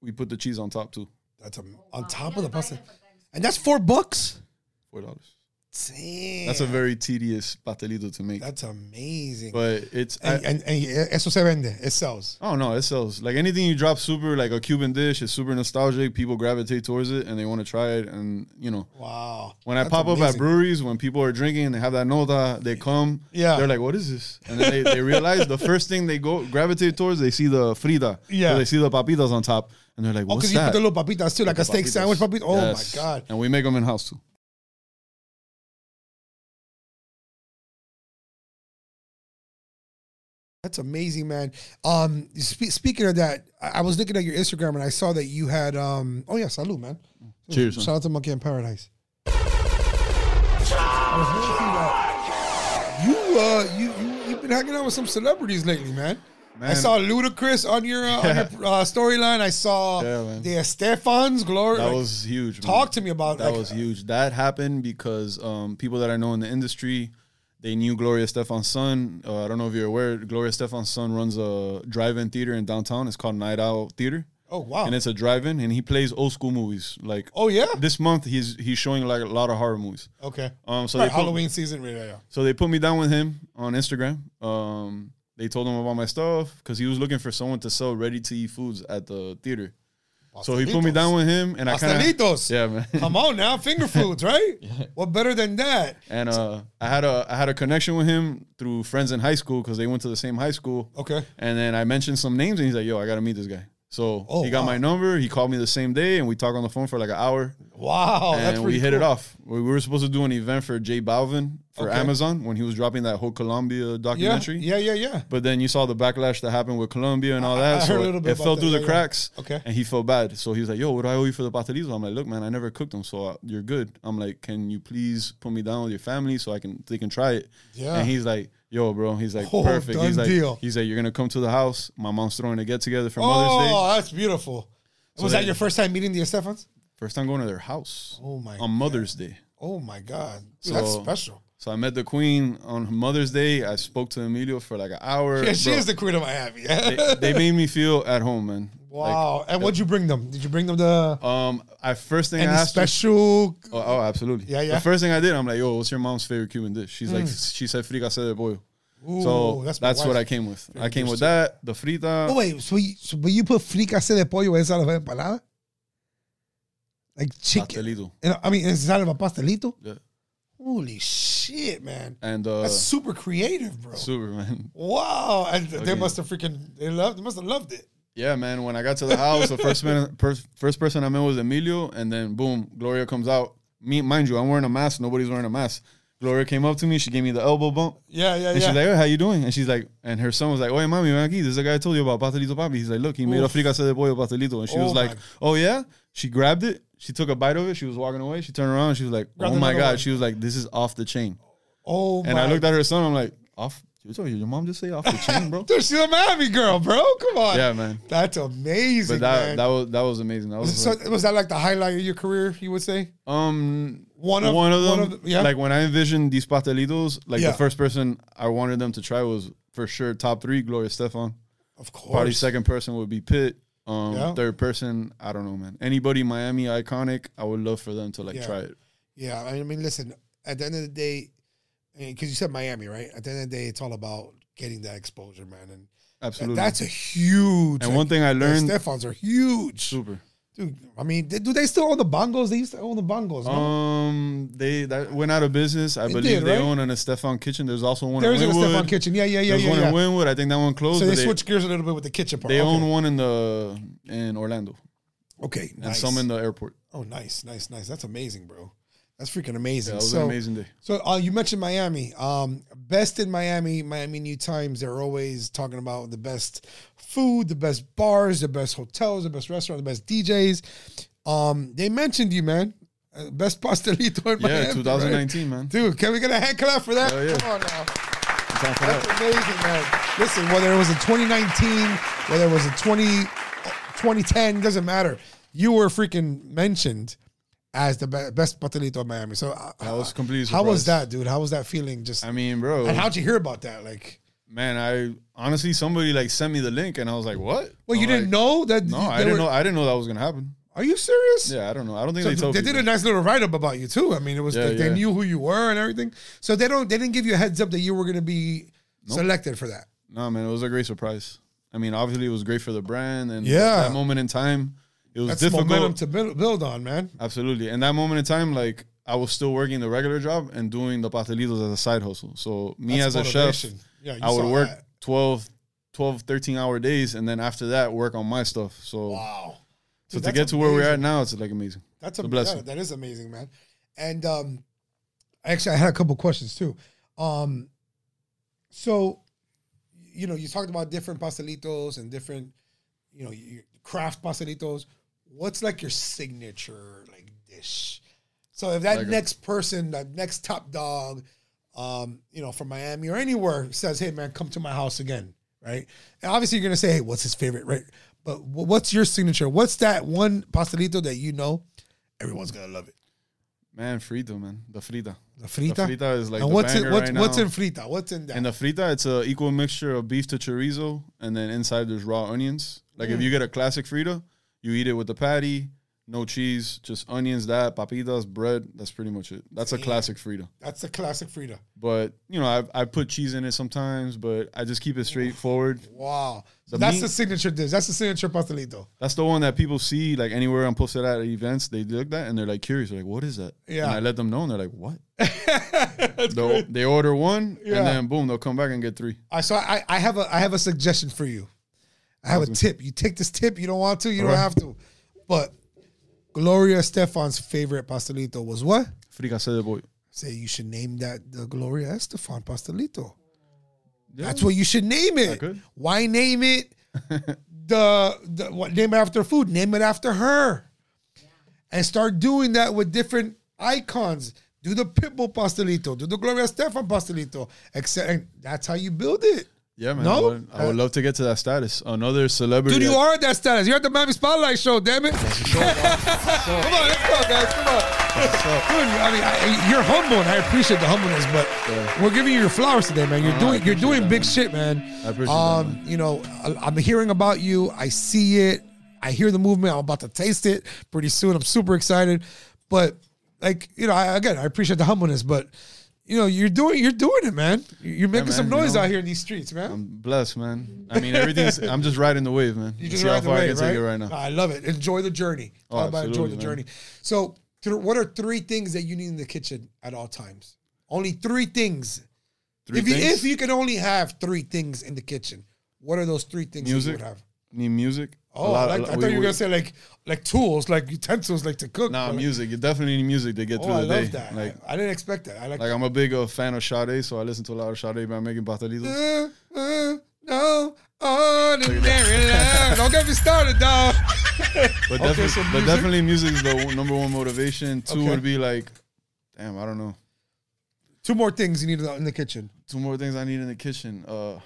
Speaker 2: we put the cheese on top too.
Speaker 1: That's a, on top of the pasta. And that's four bucks?
Speaker 2: Four dollars.
Speaker 1: Damn.
Speaker 2: That's a very tedious pastelito to make,
Speaker 1: That's amazing.
Speaker 2: but it's. I,
Speaker 1: and, and, and eh, eso se vende. It sells.
Speaker 2: I don't know. Oh, It sells. Like anything you drop, super like a Cuban dish is super nostalgic. People gravitate towards it and they want to try it. And you know,
Speaker 1: Wow.
Speaker 2: when I
Speaker 1: That's
Speaker 2: pop up at
Speaker 1: amazing.
Speaker 2: breweries, when people are drinking and they have that nota, they come.
Speaker 1: Yeah.
Speaker 2: They're like, what is this? And then they, they realize the first thing they go gravitate towards, they see the Frida.
Speaker 1: Yeah.
Speaker 2: Or they see the papitas on top. And they're like,
Speaker 1: Oh,
Speaker 2: what's
Speaker 1: because you put
Speaker 2: that?
Speaker 1: the little papitas too, like a steak
Speaker 2: Papitas.
Speaker 1: sandwich papita. Oh
Speaker 2: Yes.
Speaker 1: my god.
Speaker 2: And we make them in house too.
Speaker 1: That's amazing, man. Um, spe- speaking of that, I-, I was looking at your Instagram and I saw that you had. Um, oh yeah, salud, man.
Speaker 2: Mm. Cheers,
Speaker 1: Shout
Speaker 2: man.
Speaker 1: out to Monkey in Paradise. I was looking at- you, uh, you, you, you've been hanging out with some celebrities lately, man. I
Speaker 2: Man.
Speaker 1: saw Ludacris on your uh, on your uh, storyline. I saw
Speaker 2: Yeah, man.
Speaker 1: the Stefan's glory.
Speaker 2: That
Speaker 1: like,
Speaker 2: was huge. man.
Speaker 1: talk to me about
Speaker 2: that
Speaker 1: like,
Speaker 2: was huge. That happened because um, people that I know in the industry, they knew Gloria Stefan's son. Uh, I don't know if you're aware. Gloria Stefan's son runs a drive-in theater in downtown. It's called Night Owl Theater,
Speaker 1: Oh wow.
Speaker 2: and it's a drive-in, and he plays old school movies. Like
Speaker 1: oh yeah.
Speaker 2: this month, he's he's showing like a lot of horror movies.
Speaker 1: Okay.
Speaker 2: Um, so
Speaker 1: Right,
Speaker 2: they put-
Speaker 1: Halloween season. Yeah, yeah. yeah.
Speaker 2: so they put me down with him on Instagram. Um, they told him about my stuff because he was looking for someone to sell ready-to-eat foods at the theater. So he put me
Speaker 1: Pastelitos.
Speaker 2: down with him, and I kind
Speaker 1: Pastelitos.
Speaker 2: of yeah, man.
Speaker 1: Come on now, finger foods, right? What better than that?
Speaker 2: and uh, I had a I had a connection with him through friends in high school because they went to the same high school.
Speaker 1: Okay.
Speaker 2: And then I mentioned some names, and he's like, "Yo, I gotta meet this guy." So
Speaker 1: Oh,
Speaker 2: he got
Speaker 1: wow.
Speaker 2: my number. He called me the same day, and we talked on the phone for like an hour,
Speaker 1: Wow, that's
Speaker 2: and
Speaker 1: pretty
Speaker 2: we hit
Speaker 1: cool.
Speaker 2: it off. We we were supposed to do an event for Jay Balvin for
Speaker 1: Okay.
Speaker 2: Amazon when he was dropping that whole Columbia
Speaker 1: Yeah,
Speaker 2: documentary.
Speaker 1: yeah, yeah, yeah.
Speaker 2: But then you saw the backlash that happened with Colombia and all that.
Speaker 1: I
Speaker 2: so
Speaker 1: heard a
Speaker 2: it-
Speaker 1: little bit
Speaker 2: it
Speaker 1: about
Speaker 2: fell
Speaker 1: that,
Speaker 2: through
Speaker 1: yeah,
Speaker 2: the
Speaker 1: yeah.
Speaker 2: cracks.
Speaker 1: Okay.
Speaker 2: And he felt bad. So he was like, yo, what do I owe you for the pastelito? I'm like, look, man, I never cooked them. So uh, you're good. I'm like, can you please put me down with your family so I can, they can try it?
Speaker 1: Yeah.
Speaker 2: And he's like, yo, bro. He's like,
Speaker 1: Oh,
Speaker 2: perfect. He's
Speaker 1: done
Speaker 2: like,
Speaker 1: deal.
Speaker 2: he's like, you're going to come to the house. My mom's throwing a get together for Mother's Day.
Speaker 1: Oh, that's beautiful. was
Speaker 2: they-
Speaker 1: that your first time meeting the Estefans?
Speaker 2: First time going to their house
Speaker 1: Oh my
Speaker 2: on Mother's Day.
Speaker 1: Oh my God, Dude, that's
Speaker 2: So-
Speaker 1: special.
Speaker 2: So I met the queen on Mother's Day. I spoke to Emilio for like an hour.
Speaker 1: Yeah, she
Speaker 2: Bro,
Speaker 1: is the queen of Miami.
Speaker 2: they, they made me feel at home, man. Like,
Speaker 1: wow. and what'd you bring them? Did you bring them the
Speaker 2: Um, I first thing I
Speaker 1: any
Speaker 2: asked her-
Speaker 1: special?
Speaker 2: Oh, oh, absolutely.
Speaker 1: Yeah, yeah.
Speaker 2: The first thing I did, I'm like, yo, what's your mom's favorite Cuban dish? She's like, she said fricassé de pollo.
Speaker 1: Ooh,
Speaker 2: so that's,
Speaker 1: my
Speaker 2: what
Speaker 1: wife's-
Speaker 2: I came with. I came
Speaker 1: dish
Speaker 2: with
Speaker 1: too.
Speaker 2: that, the frita.
Speaker 1: Oh wait, so you, so but you put fricassé de pollo inside of a empanada, like chicken.
Speaker 2: pastelito.
Speaker 1: And, I mean, inside of a pastelito.
Speaker 2: Yeah.
Speaker 1: Holy shit, man!
Speaker 2: And uh,
Speaker 1: That's super creative, bro.
Speaker 2: super, man.
Speaker 1: Wow, and th- they
Speaker 2: Okay.
Speaker 1: must have freaking they loved. They must have loved it.
Speaker 2: Yeah, man. When I got to the house, the first man, per, first person I met was Emilio, and then boom, Gloria comes out. Me, mind you, I'm wearing a mask. Nobody's wearing a mask. Gloria came up to me. She gave me the elbow bump.
Speaker 1: Yeah, yeah,
Speaker 2: And
Speaker 1: yeah.
Speaker 2: she's like, "Yo, how you doing? And she's like, and her son was like, oye, mami, ven aquí. This is the guy I told you about, Pastelito Papi. He's like, look, he made
Speaker 1: Oof.
Speaker 2: a fricasse de pollo pastelito. And she
Speaker 1: Oh
Speaker 2: was like,
Speaker 1: my-
Speaker 2: oh, yeah? She grabbed it. She took a bite of it. She was walking away. She turned around. she was like,
Speaker 1: Grabbed
Speaker 2: oh, my
Speaker 1: another
Speaker 2: God.
Speaker 1: one.
Speaker 2: She was like, this is off the chain.
Speaker 1: oh,
Speaker 2: And I looked at her son. I'm like, off? Your your mom just say off the chain, bro?
Speaker 1: Dude, she's a Miami girl, bro. Come on.
Speaker 2: yeah, man.
Speaker 1: that's amazing,
Speaker 2: But that,
Speaker 1: man.
Speaker 2: that was that was amazing. That was
Speaker 1: so, was that like the highlight of your career? You would say
Speaker 2: like, um
Speaker 1: one of
Speaker 2: one of them.
Speaker 1: the- yeah,
Speaker 2: Like when I envisioned these pastelitos, like
Speaker 1: Yeah.
Speaker 2: the first person I wanted them to try was for sure top three, Gloria Stefan.
Speaker 1: of
Speaker 2: Probably
Speaker 1: course.
Speaker 2: second person would be Pitt. Um,
Speaker 1: Yeah.
Speaker 2: Third person, I don't know, man. Anybody Miami iconic, I would love for them to like
Speaker 1: Yeah.
Speaker 2: try it.
Speaker 1: Yeah, I mean, listen. At the end of the day, because you said Miami, right? At the end of the day, it's all about getting that exposure, man, and
Speaker 2: Absolutely.
Speaker 1: that's a huge.
Speaker 2: and one thing I
Speaker 1: the
Speaker 2: learned,
Speaker 1: Stefans are huge,
Speaker 2: super.
Speaker 1: dude. I mean, they- do they still own the bongos? They used to own the bongos. no?
Speaker 2: Um, they that went out of business. I
Speaker 1: It
Speaker 2: believe
Speaker 1: did,
Speaker 2: they
Speaker 1: right?
Speaker 2: own an Estefan kitchen. There's also one
Speaker 1: There's
Speaker 2: in
Speaker 1: a
Speaker 2: Winwood.
Speaker 1: Stefan kitchen. Yeah, yeah, yeah,
Speaker 2: There's
Speaker 1: yeah.
Speaker 2: one
Speaker 1: yeah.
Speaker 2: in Winwood. I think that one closed.
Speaker 1: So
Speaker 2: but
Speaker 1: they
Speaker 2: they,
Speaker 1: switch gears a little bit with the kitchen part.
Speaker 2: they
Speaker 1: Okay.
Speaker 2: own one in the in Orlando.
Speaker 1: Okay.
Speaker 2: and some in the airport.
Speaker 1: Oh, nice, nice, nice. That's amazing, bro. That's freaking amazing.
Speaker 2: Yeah, it was
Speaker 1: so,
Speaker 2: an amazing day.
Speaker 1: So uh, you mentioned Miami. Um, best in Miami, Miami New Times. They're always talking about the best food, the best bars, the best hotels, the best restaurant, the best DJs. Um, they mentioned you, man. Uh, Best pastelito in Miami.
Speaker 2: Yeah,
Speaker 1: right?
Speaker 2: 2019, man.
Speaker 1: Dude, can we get a hand clap for that?
Speaker 2: Hell yeah.
Speaker 1: Come on now.
Speaker 2: Time for
Speaker 1: That's
Speaker 2: that.
Speaker 1: amazing, man. Listen, whether it was in 2019, whether it was in 20, 2010, doesn't matter. You were freaking mentioned as the be- best pastelito of Miami. So uh,
Speaker 2: I was completely
Speaker 1: How was
Speaker 2: surprised.
Speaker 1: that, dude? How was that feeling? Just
Speaker 2: I mean, bro,
Speaker 1: and how'd you hear about that? Like,
Speaker 2: man, I honestly somebody like sent me the link and I was like, what?
Speaker 1: well, you
Speaker 2: I'm
Speaker 1: didn't
Speaker 2: like,
Speaker 1: know that.
Speaker 2: No,
Speaker 1: you-
Speaker 2: Oh, I
Speaker 1: they
Speaker 2: didn't
Speaker 1: were-
Speaker 2: know. I didn't know that was gonna happen.
Speaker 1: Are you serious?
Speaker 2: Yeah, I don't know. I don't think
Speaker 1: So
Speaker 2: they
Speaker 1: they,
Speaker 2: told.
Speaker 1: did
Speaker 2: people.
Speaker 1: a nice little write up about you too. I mean, it was
Speaker 2: Yeah,
Speaker 1: they, they
Speaker 2: yeah.
Speaker 1: knew who you were and everything. So they don't they didn't give you a heads up that you were going to be selected for that.
Speaker 2: No, man, it was a great surprise. I mean, obviously, it was great for the brand, and
Speaker 1: Yeah.
Speaker 2: that moment in time, it was
Speaker 1: That's
Speaker 2: difficult.
Speaker 1: momentum to build, build on, man.
Speaker 2: Absolutely, and that moment in time, like I was still working the regular job and doing the pastelitos as a side hustle. So me
Speaker 1: That's
Speaker 2: as a
Speaker 1: motivation.
Speaker 2: chef,
Speaker 1: Yeah, you
Speaker 2: I would
Speaker 1: saw
Speaker 2: work
Speaker 1: that.
Speaker 2: 12, 12, 13 hour days, and then after that, work on my stuff. So,
Speaker 1: Wow.
Speaker 2: so
Speaker 1: Dude,
Speaker 2: to
Speaker 1: that's
Speaker 2: get to where we're
Speaker 1: amazing.
Speaker 2: at now, it's like amazing.
Speaker 1: That's
Speaker 2: It's
Speaker 1: a
Speaker 2: a
Speaker 1: blessing.
Speaker 2: blessing.
Speaker 1: that is amazing, man. And um, actually, I had a couple questions too. Um, so, you know, you talked about different pastelitos and different, you know, your craft pastelitos. What's like your signature like dish? So if that
Speaker 2: Like a-
Speaker 1: next person, that next top dog, um, you know, from Miami or anywhere says, "Hey, man, come to my house again," right? And obviously, you're gonna say, "Hey, what's his favorite?" Right? But wh- what's your signature? What's that one pastelito that you know everyone's gonna love it?
Speaker 2: Man, frito, man, the frita.
Speaker 1: The frita.
Speaker 2: The frita is like
Speaker 1: and
Speaker 2: the
Speaker 1: what's
Speaker 2: banger
Speaker 1: in, what's,
Speaker 2: right
Speaker 1: what's
Speaker 2: now.
Speaker 1: in frita? What's in that?
Speaker 2: And the frita, it's a equal mixture of beef to chorizo, and then inside there's raw onions. Like if you get a classic frita, you eat it with the patty, no cheese, just onions, that papitas, bread. That's pretty much it. That's a classic frita.
Speaker 1: That's the classic frita.
Speaker 2: But you know, I I put cheese in it sometimes, but I just keep it straightforward.
Speaker 1: Wow. So
Speaker 2: The
Speaker 1: that's
Speaker 2: meat-
Speaker 1: the signature dish. That's the signature pastelito.
Speaker 2: That's the one that people see like anywhere I'm posted at events. They look that and they're like curious, like what is that?
Speaker 1: Yeah.
Speaker 2: And I let them know, and they're like, what? They'll- they order one,
Speaker 1: Yeah.
Speaker 2: and then boom, they'll come back and get three.
Speaker 1: I so I, I have a I have a suggestion for you. I have a tip. You take this tip. You don't want to. You don't have to. But Gloria Stefan's favorite pastelito was what?
Speaker 2: Fricase de pollo.
Speaker 1: Say you should name that the Gloria Estefan pastelito.
Speaker 2: Yeah.
Speaker 1: That's what you should name it.
Speaker 2: could.
Speaker 1: Why name it the, the what name it after food? Name it after her. And start doing that with different icons. Do the Pitbull pastelito, do the Gloria Stefan pastelito, etc. And that's how you build it.
Speaker 2: Yeah, man.
Speaker 1: No?
Speaker 2: I would, I would love to get to that status. Another celebrity.
Speaker 1: Dude, you
Speaker 2: that-
Speaker 1: are at that status. You're at the Miami Spotlight Show, damn it. Come on, let's go, guys. Come on. Dude, I mean, I, you're humble, and I appreciate the humbleness, but we're giving you your flowers today, man. You're
Speaker 2: No, no, Oh, I
Speaker 1: doing you're
Speaker 2: appreciate
Speaker 1: doing
Speaker 2: that,
Speaker 1: big
Speaker 2: man.
Speaker 1: shit, man.
Speaker 2: I appreciate that,
Speaker 1: um, You know, I, I'm hearing about you. I see it. I hear the movement. I'm about to taste it pretty soon. I'm super excited, but like you know, I, again, I appreciate the humbleness, but you know, you're doing you're doing it, man. You're making some
Speaker 2: man, you
Speaker 1: noise
Speaker 2: know.
Speaker 1: out here in these streets, man.
Speaker 2: I'm blessed, man. I mean, everything's. I'm just riding the wave, man.
Speaker 1: You just
Speaker 2: See how
Speaker 1: ride the
Speaker 2: far I
Speaker 1: wave,
Speaker 2: can
Speaker 1: right?
Speaker 2: take it right now.
Speaker 1: I love it. Enjoy the journey.
Speaker 2: Oh,
Speaker 1: Talk about enjoy the
Speaker 2: absolutely, man.
Speaker 1: journey. So, th- what are three things that you need in the kitchen at all times? Only three things.
Speaker 2: Three
Speaker 1: if you
Speaker 2: things.
Speaker 1: if you can only have three things in the kitchen, what are those three things
Speaker 2: Music.
Speaker 1: that you would have?
Speaker 2: Need music. A
Speaker 1: Oh,
Speaker 2: lot-
Speaker 1: I,
Speaker 2: a
Speaker 1: like,
Speaker 2: lot-
Speaker 1: I thought
Speaker 2: we-
Speaker 1: you were
Speaker 2: we-
Speaker 1: gonna say like like tools, like utensils, like to cook.
Speaker 2: Nah,
Speaker 1: but like-
Speaker 2: music. You definitely need music to get
Speaker 1: Oh,
Speaker 2: through
Speaker 1: I
Speaker 2: the
Speaker 1: love
Speaker 2: day.
Speaker 1: that.
Speaker 2: Like,
Speaker 1: I, I didn't expect that. I like.
Speaker 2: like I'm a big uh, fan of Sade, so I listen to a lot of Sade by making pastelitos.
Speaker 1: Uh, uh, no ordinary love. Don't get me started, dog.
Speaker 2: But,
Speaker 1: Okay,
Speaker 2: defi-
Speaker 1: so music.
Speaker 2: but definitely, music is the one- number one motivation. Two
Speaker 1: Okay.
Speaker 2: would be like, damn, I don't know.
Speaker 1: Two more things you need in the kitchen.
Speaker 2: Two more things I need in the kitchen. Uh,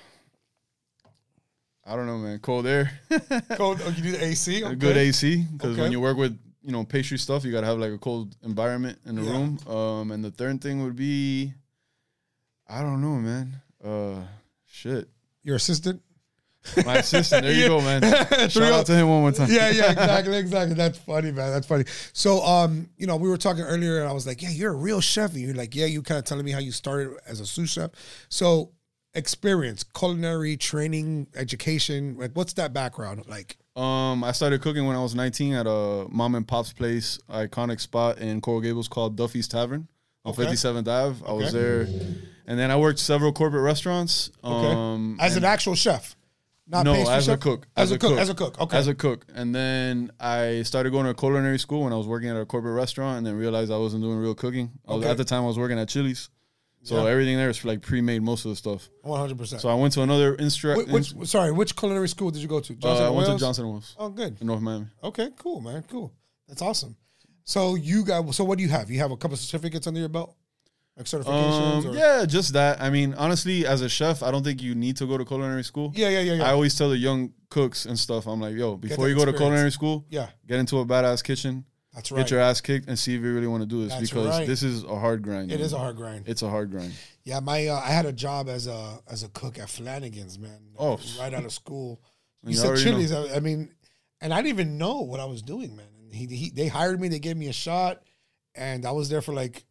Speaker 2: I don't know, man. Cold air.
Speaker 1: Cold. Oh, you need AC.
Speaker 2: a
Speaker 1: Okay.
Speaker 2: good AC because
Speaker 1: Okay.
Speaker 2: when you work with you know pastry stuff, you gotta have like a cold environment in the
Speaker 1: Yeah.
Speaker 2: room. Um, and the third thing would be, I don't know, man. Uh, shit.
Speaker 1: Your assistant.
Speaker 2: My assistant. There you go, man. Shout out to him one more time.
Speaker 1: yeah, yeah, exactly, exactly. That's funny, man. That's funny. So, um, you know, we were talking earlier, and I was like, "Yeah, you're a real chef." And you're like, "Yeah, you kind of telling me how you started as a sous chef." So, experience, culinary training, education, like, what's that background like?
Speaker 2: Um, I started cooking when I was 19 at a mom and pop's place, iconic spot in Coral Gables called Duffy's Tavern on 57th Ave. I was there, and then I worked several corporate restaurants.
Speaker 1: Okay,
Speaker 2: Um,
Speaker 1: as an actual chef. Not
Speaker 2: no,
Speaker 1: pastry
Speaker 2: as a
Speaker 1: chef?
Speaker 2: cook.
Speaker 1: As, a cook, As a cook. Okay.
Speaker 2: As a cook. And then I started going to culinary school when I was working at a corporate restaurant and then realized I wasn't doing real cooking. I was,
Speaker 1: Okay.
Speaker 2: at the time, I was working at Chili's. So
Speaker 1: Yeah.
Speaker 2: everything there is like pre made, most of the stuff.
Speaker 1: One hundred percent.
Speaker 2: So I went to another instructor.
Speaker 1: Which sorry, which culinary school did you go to? Johnson
Speaker 2: Uh, I
Speaker 1: and
Speaker 2: went to
Speaker 1: Wales?
Speaker 2: Johnson and Wales
Speaker 1: Oh, good.
Speaker 2: in North Miami.
Speaker 1: Okay, cool, man. Cool. That's awesome. So you got. So what do you have? You have a couple certificates under your belt, like certifications.
Speaker 2: Um,
Speaker 1: or,
Speaker 2: yeah, just that. I mean, honestly, as a chef, I don't think you need to go to culinary school.
Speaker 1: Yeah. Yeah. Yeah. Yeah.
Speaker 2: I always tell the young cooks and stuff, I'm like, yo, before
Speaker 1: that
Speaker 2: you go to
Speaker 1: experience.
Speaker 2: culinary school,
Speaker 1: yeah.
Speaker 2: get into a badass kitchen,
Speaker 1: That's right.
Speaker 2: get your ass kicked, and see if you really want to do this
Speaker 1: That's
Speaker 2: because
Speaker 1: right.
Speaker 2: this is a hard grind.
Speaker 1: it
Speaker 2: man.
Speaker 1: is a hard grind.
Speaker 2: It's a hard grind.
Speaker 1: Yeah, my uh, I had a job as a as a cook at Flanagan's, man.
Speaker 2: Oh,
Speaker 1: right out of school. You
Speaker 2: you
Speaker 1: said
Speaker 2: already
Speaker 1: Chili's. I, I mean, and I didn't even know what I was doing, man. And he, he they hired me. They gave me a shot, and I was there for like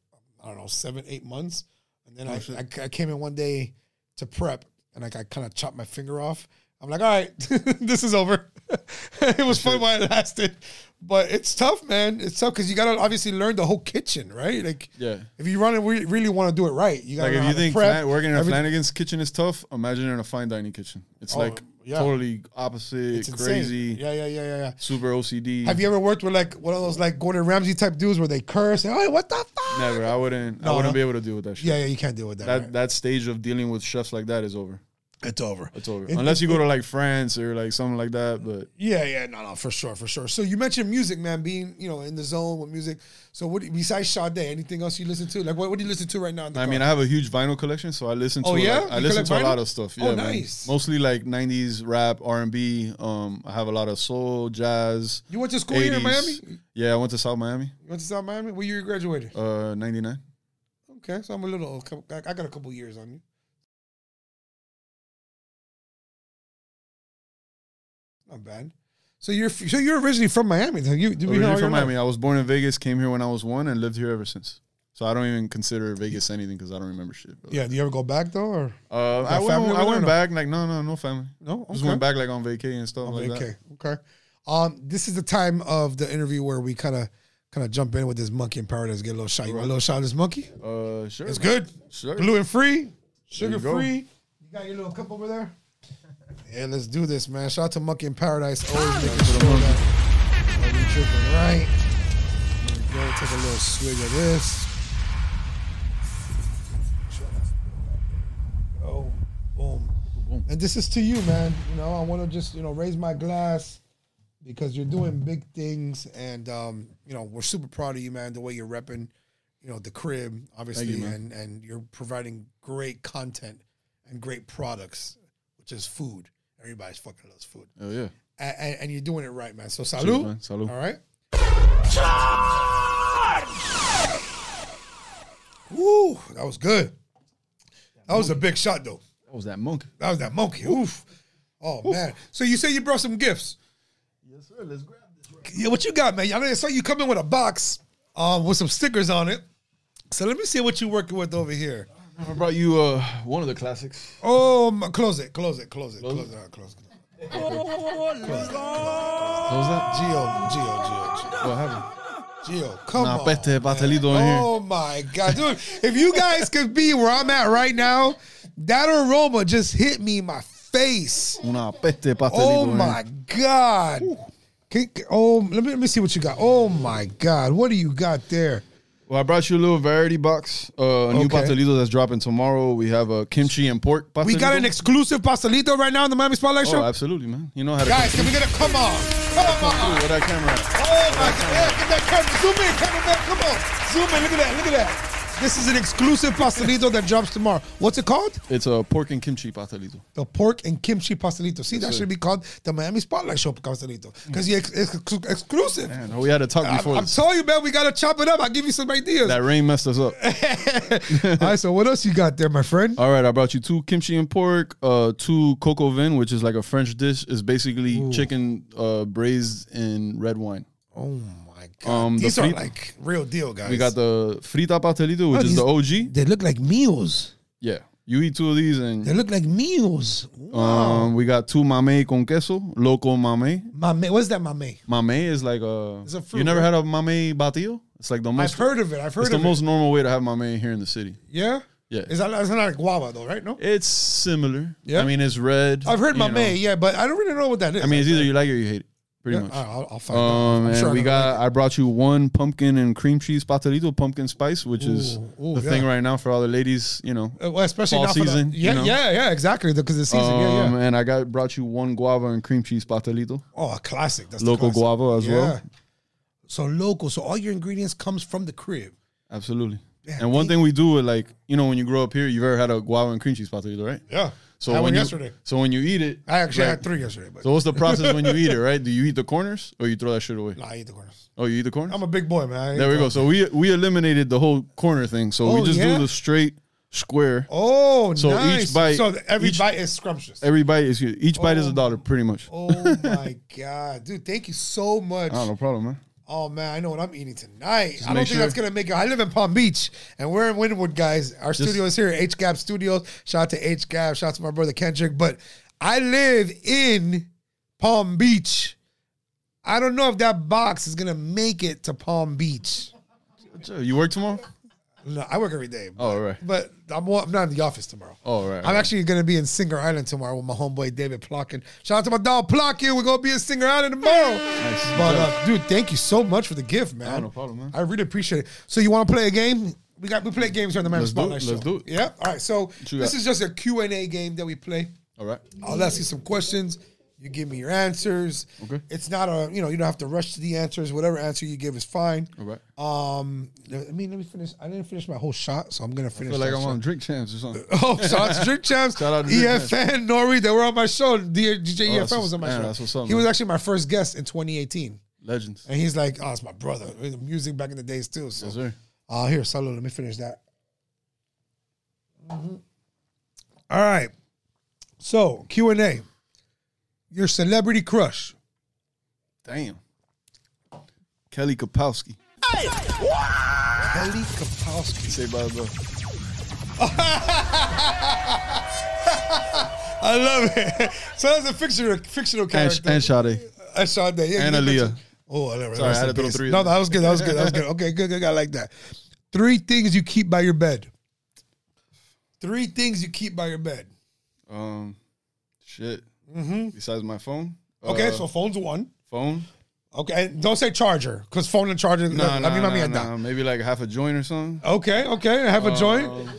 Speaker 1: I don't know seven eight months. And then
Speaker 2: Oh,
Speaker 1: I,
Speaker 2: shit.
Speaker 1: I I came in one day to prep, and like I kind of chopped my finger off. I'm like, all right, this is over. it was fun while it lasted, but it's tough, man. It's tough because you gotta obviously learn the whole kitchen, right? Like,
Speaker 2: Yeah.
Speaker 1: if you run it, we really want to do it right. You gotta
Speaker 2: Like
Speaker 1: know
Speaker 2: if
Speaker 1: how
Speaker 2: you
Speaker 1: to
Speaker 2: think
Speaker 1: prep,
Speaker 2: Flan- working in a
Speaker 1: everything.
Speaker 2: Flanagan's kitchen is tough, imagine in a fine dining kitchen. It's
Speaker 1: Oh,
Speaker 2: like
Speaker 1: yeah.
Speaker 2: totally opposite,
Speaker 1: It's insane.
Speaker 2: crazy,
Speaker 1: Yeah, yeah, yeah, yeah, yeah.
Speaker 2: super OCD.
Speaker 1: Have you ever worked with like one of those like Gordon Ramsay type dudes where they curse and oh what the fuck?
Speaker 2: Never. I wouldn't.
Speaker 1: No,
Speaker 2: I
Speaker 1: no.
Speaker 2: wouldn't be able to deal with that shit.
Speaker 1: Yeah, yeah, you can't deal with that.
Speaker 2: That
Speaker 1: right?
Speaker 2: that stage of dealing with chefs like that is over.
Speaker 1: it's over.
Speaker 2: It's over.
Speaker 1: It-
Speaker 2: Unless you go to like France or like something like that. But
Speaker 1: Yeah, yeah, no, no, for sure, for sure. So you mentioned music, man, being you know in the zone with music. So what do- besides Sade, anything else you listen to? Like what, what do you listen to right now? In the
Speaker 2: I
Speaker 1: car?
Speaker 2: mean, I have a huge vinyl collection, so I listen to.
Speaker 1: Oh, yeah?
Speaker 2: like- I
Speaker 1: You
Speaker 2: listen
Speaker 1: collect
Speaker 2: to a lot
Speaker 1: vinyl?
Speaker 2: of stuff.
Speaker 1: Oh,
Speaker 2: Yeah, man.
Speaker 1: nice.
Speaker 2: Mostly like '90s rap, R&B. Um, I have a lot of soul, jazz.
Speaker 1: you went to school here in
Speaker 2: 80s.
Speaker 1: Miami. You
Speaker 2: Yeah, I went to South Miami.
Speaker 1: went to South Miami. What year you graduated?
Speaker 2: Uh, '99.
Speaker 1: Okay, so I'm a little. I I got a couple years on you. Not bad. So you're so you're originally from Miami. Then you do we know
Speaker 2: Originally
Speaker 1: all your
Speaker 2: Oh, from
Speaker 1: life?
Speaker 2: Miami. I was born in Vegas, came here when I was one, and lived here ever since. So I don't even consider Vegas anything because I don't remember shit. bro.
Speaker 1: Yeah. Do you ever go back though, or
Speaker 2: Uh, I
Speaker 1: family
Speaker 2: went.
Speaker 1: over
Speaker 2: I
Speaker 1: there or
Speaker 2: went
Speaker 1: no?
Speaker 2: back. Like no, no, no family.
Speaker 1: no?
Speaker 2: Just went back like on vacation and stuff like
Speaker 1: okay.
Speaker 2: that.
Speaker 1: Okay. Um, this is the time of the interview where we kind of kind of jump in with this monkey in paradise. Get a little shot. You want a little shot of this monkey?
Speaker 2: Uh, sure.
Speaker 1: It's good.
Speaker 2: Sure.
Speaker 1: Gluten free, sugar
Speaker 2: you go.
Speaker 1: free. You got your little cup over there. Yeah, let's do this, man. Shout out to Monkey in Paradise. Always making sure that that we drinking right. There we go. Take a little swig of this. Oh, boom. And this is to you, man. You know, I want to just you know raise my glass because you're doing big things, and um, you know we're super proud of you, man. The way you're repping, you know, the crib, obviously,
Speaker 2: man.
Speaker 1: and and you're providing great content and great products, which is food. Everybody's fucking loves food,
Speaker 2: Oh yeah.
Speaker 1: and, and, and you're doing it right, man. So salud,
Speaker 2: man. Salud.
Speaker 1: All right. Woo, that was good. That was a big shot, though.
Speaker 2: What was that monk?
Speaker 1: That was that monkey. Oof. Oh man. So you say you brought some gifts.
Speaker 2: Yes, sir. Let's grab this.
Speaker 1: Yeah, what you got, man? I know I saw you come in with a box um, with some stickers on it. So let me see what you working with over here.
Speaker 2: I brought you uh one of the classics.
Speaker 1: Oh, my, close it, close it, close it, close it, all right, close it.
Speaker 2: What was that?
Speaker 1: Geo, Geo,
Speaker 2: What happened?
Speaker 1: Geo, Geo. Come
Speaker 2: Nah,
Speaker 1: on.
Speaker 2: peste, pastelito in here.
Speaker 1: Oh my god, dude! If you guys could be where I'm at right now, that aroma just hit me in my face.
Speaker 2: Una peste pastelito.
Speaker 1: Oh
Speaker 2: in
Speaker 1: my
Speaker 2: here.
Speaker 1: god! Can- can- oh, let me let me see what you got. Oh my god, what do you got there?
Speaker 2: Well, I brought you a little variety box. Uh, a new
Speaker 1: Okay.
Speaker 2: pastelito that's dropping tomorrow. We have a kimchi and pork pastelito.
Speaker 1: We got an exclusive pastelito right now on the Miami Spotlight
Speaker 2: Oh,
Speaker 1: Show.
Speaker 2: absolutely, man. You know how to
Speaker 1: Guys,
Speaker 2: come
Speaker 1: can we get a come on? Come
Speaker 2: through
Speaker 1: on!
Speaker 2: with that camera. at?
Speaker 1: Oh my God! Yeah, get that camera. Zoom in, cameraman. Come on, zoom in. Look at that. Look at that. This is an exclusive pastelito that drops tomorrow. What's it called?
Speaker 2: It's a pork and kimchi pastelito.
Speaker 1: The pork and kimchi pastelito. See, that
Speaker 2: sir.
Speaker 1: should be called the Miami Spotlight Show pastelito because it's ex- ex- exclusive.
Speaker 2: Man, we had a talk
Speaker 1: I'm,
Speaker 2: before
Speaker 1: I'm
Speaker 2: this.
Speaker 1: telling you, man, we gotta chop it up. I'll give you some ideas.
Speaker 2: that rain messed us up.
Speaker 1: All right, so what else you got there, my friend?
Speaker 2: All right, I brought you two kimchi and pork, uh, two coco vin, which is like a French dish. It's basically chicken uh, braised in red wine.
Speaker 1: Oh my god,
Speaker 2: Um, the
Speaker 1: these are
Speaker 2: frit-
Speaker 1: like real deal, guys.
Speaker 2: We got the frita pastelito,
Speaker 1: Oh,
Speaker 2: which is the OG.
Speaker 1: They look like meals.
Speaker 2: Yeah, you eat two of these,
Speaker 1: They
Speaker 2: and
Speaker 1: look like meals.
Speaker 2: um, we got two mame con queso, loco mame.
Speaker 1: Mame, what's that mame?
Speaker 2: Mame is like a,
Speaker 1: It's a fruit,
Speaker 2: you never
Speaker 1: right?
Speaker 2: had a mame batido? It's like the most.
Speaker 1: I've heard of it. I've heard
Speaker 2: it's the
Speaker 1: of it.
Speaker 2: most normal way to have mame here in the city.
Speaker 1: Yeah.
Speaker 2: Yeah.
Speaker 1: Is that that's not like guava though, right? No.
Speaker 2: It's similar.
Speaker 1: Yeah.
Speaker 2: I mean, it's red.
Speaker 1: I've heard
Speaker 2: you
Speaker 1: my
Speaker 2: know.
Speaker 1: May, yeah, but I don't really know what that is.
Speaker 2: I mean, it's either you like it or you hate it, pretty
Speaker 1: Yeah,
Speaker 2: much.
Speaker 1: I- I'll, I'll find out.
Speaker 2: Um,
Speaker 1: I'm
Speaker 2: and
Speaker 1: sure I'm
Speaker 2: we
Speaker 1: gonna
Speaker 2: got.
Speaker 1: like
Speaker 2: I brought you one pumpkin and cream cheese pastelito pumpkin spice, which is
Speaker 1: Ooh, ooh,
Speaker 2: the
Speaker 1: yeah.
Speaker 2: thing right now for all the ladies. You know.
Speaker 1: it. Uh, well, especially
Speaker 2: fall
Speaker 1: now for the-
Speaker 2: season, you
Speaker 1: yeah,
Speaker 2: know?
Speaker 1: yeah, yeah, exactly. Because the season, yeah,
Speaker 2: Um,
Speaker 1: yeah.
Speaker 2: And I got brought you one guava and cream cheese pastelito,
Speaker 1: Oh, a classic. That's the
Speaker 2: local
Speaker 1: classic.
Speaker 2: guava as well.
Speaker 1: So local. So all your ingredients comes from the crib.
Speaker 2: Absolutely.
Speaker 1: Yeah,
Speaker 2: and one
Speaker 1: thank-
Speaker 2: thing we do is like you know when you grow up here, you've ever had a guava and cream cheese pastelito, right?
Speaker 1: Yeah.
Speaker 2: So
Speaker 1: I had
Speaker 2: when
Speaker 1: one
Speaker 2: you,
Speaker 1: yesterday.
Speaker 2: So when you eat it,
Speaker 1: I actually
Speaker 2: like-
Speaker 1: had three yesterday, but
Speaker 2: So what's the process when you eat it, right? Do you eat the corners or you throw that shit away?
Speaker 1: nah, I ate the corners.
Speaker 2: Oh, you eat the corners.
Speaker 1: I'm a big boy, man. I ate
Speaker 2: there we
Speaker 1: the-
Speaker 2: go. So we we eliminated the whole corner thing. So
Speaker 1: Oh,
Speaker 2: we just
Speaker 1: yeah?
Speaker 2: do the straight square.
Speaker 1: Oh,
Speaker 2: So
Speaker 1: nice.
Speaker 2: each bite-
Speaker 1: So every
Speaker 2: each-
Speaker 1: bite is scrumptious.
Speaker 2: Every bite is each bite is
Speaker 1: Oh.
Speaker 2: a dollar, pretty much.
Speaker 1: oh my god, dude! Thank you so much.
Speaker 2: Ah, no problem, man.
Speaker 1: Oh man, I know what I'm eating tonight. I don't
Speaker 2: make
Speaker 1: think
Speaker 2: sure-
Speaker 1: that's gonna make it. I live in Palm Beach, and we're in Wynwood, guys. Our studio is here, H Gap Studios. Shout out to H Gap. Shout out to my brother Kendrick. But I live in Palm Beach. I don't know if that box is gonna make it to Palm Beach.
Speaker 2: Sure, You work tomorrow?
Speaker 1: No, I work every day,
Speaker 2: Oh, all right.
Speaker 1: but I'm, I'm not in the office tomorrow.
Speaker 2: Oh, all right.
Speaker 1: I'm actually gonna be in Singer Island tomorrow with my homeboy David Plotkin. Shout out to my dog Plotkin. We're gonna be in Singer Island tomorrow. But uh, dude, thank you so much for the gift, man.
Speaker 2: Oh, no problem, man.
Speaker 1: I really appreciate it. So you want to play a game? We got we play games here on the Man
Speaker 2: Let's do it,
Speaker 1: Spotlight Show.
Speaker 2: let's do it.
Speaker 1: Yeah. All right. So
Speaker 2: you
Speaker 1: this
Speaker 2: got?
Speaker 1: is just a Q and A game that we play.
Speaker 2: all right.
Speaker 1: I'll ask you some questions. You give me your answers.
Speaker 2: Okay.
Speaker 1: It's not a you know you don't have to rush to the answers. Whatever answer you give is fine.
Speaker 2: All right.
Speaker 1: Um, let me let me finish. I didn't finish my whole shot, so I'm gonna
Speaker 2: I
Speaker 1: finish.
Speaker 2: feel like
Speaker 1: that
Speaker 2: I'm
Speaker 1: shot.
Speaker 2: on drink champs or something.
Speaker 1: Oh, shots, Drink Champs,
Speaker 2: Shout out to Drink
Speaker 1: EFN, Nori, they were on my show. D- DJ
Speaker 2: Oh, that's
Speaker 1: EFN was
Speaker 2: what's-
Speaker 1: on my
Speaker 2: yeah,
Speaker 1: show.
Speaker 2: that's what's up,
Speaker 1: he was
Speaker 2: man.
Speaker 1: actually my first guest in 2018.
Speaker 2: Legends.
Speaker 1: And he's like, oh, it's my brother. The music back in the days, too. So.
Speaker 2: Yes, sir.
Speaker 1: Uh, here, Solo, let me finish that. Mhm. All right. So, Q&A. Your celebrity crush.
Speaker 2: Damn. Kelly Kapowski.
Speaker 1: Kelly Kapowski.
Speaker 2: Say bye bye.
Speaker 1: I love it. So that's a fictional, fictional
Speaker 2: And,
Speaker 1: character.
Speaker 2: and Sade.
Speaker 1: I saw that. Yeah,
Speaker 2: And
Speaker 1: you
Speaker 2: Aaliyah.
Speaker 1: mentioned- Oh, I never.
Speaker 2: Sorry, I
Speaker 1: rest
Speaker 2: had
Speaker 1: in
Speaker 2: to throw
Speaker 1: peace.
Speaker 2: three in
Speaker 1: No,
Speaker 2: there.
Speaker 1: that was good. That was good. That was good. Okay, good, good. good. I like that. Three things you keep by your bed. Three things you keep by your bed.
Speaker 2: Um, shit. Besides my phone.
Speaker 1: Mm-hmm. Okay,
Speaker 2: Uh,
Speaker 1: so phone's one.
Speaker 2: phone.
Speaker 1: Okay, and don't say charger because phone and charger.
Speaker 2: No,
Speaker 1: No,
Speaker 2: no,
Speaker 1: I mean,
Speaker 2: no,
Speaker 1: I mean,
Speaker 2: no, Maybe like half a joint or something.
Speaker 1: Okay, okay. Have a joint.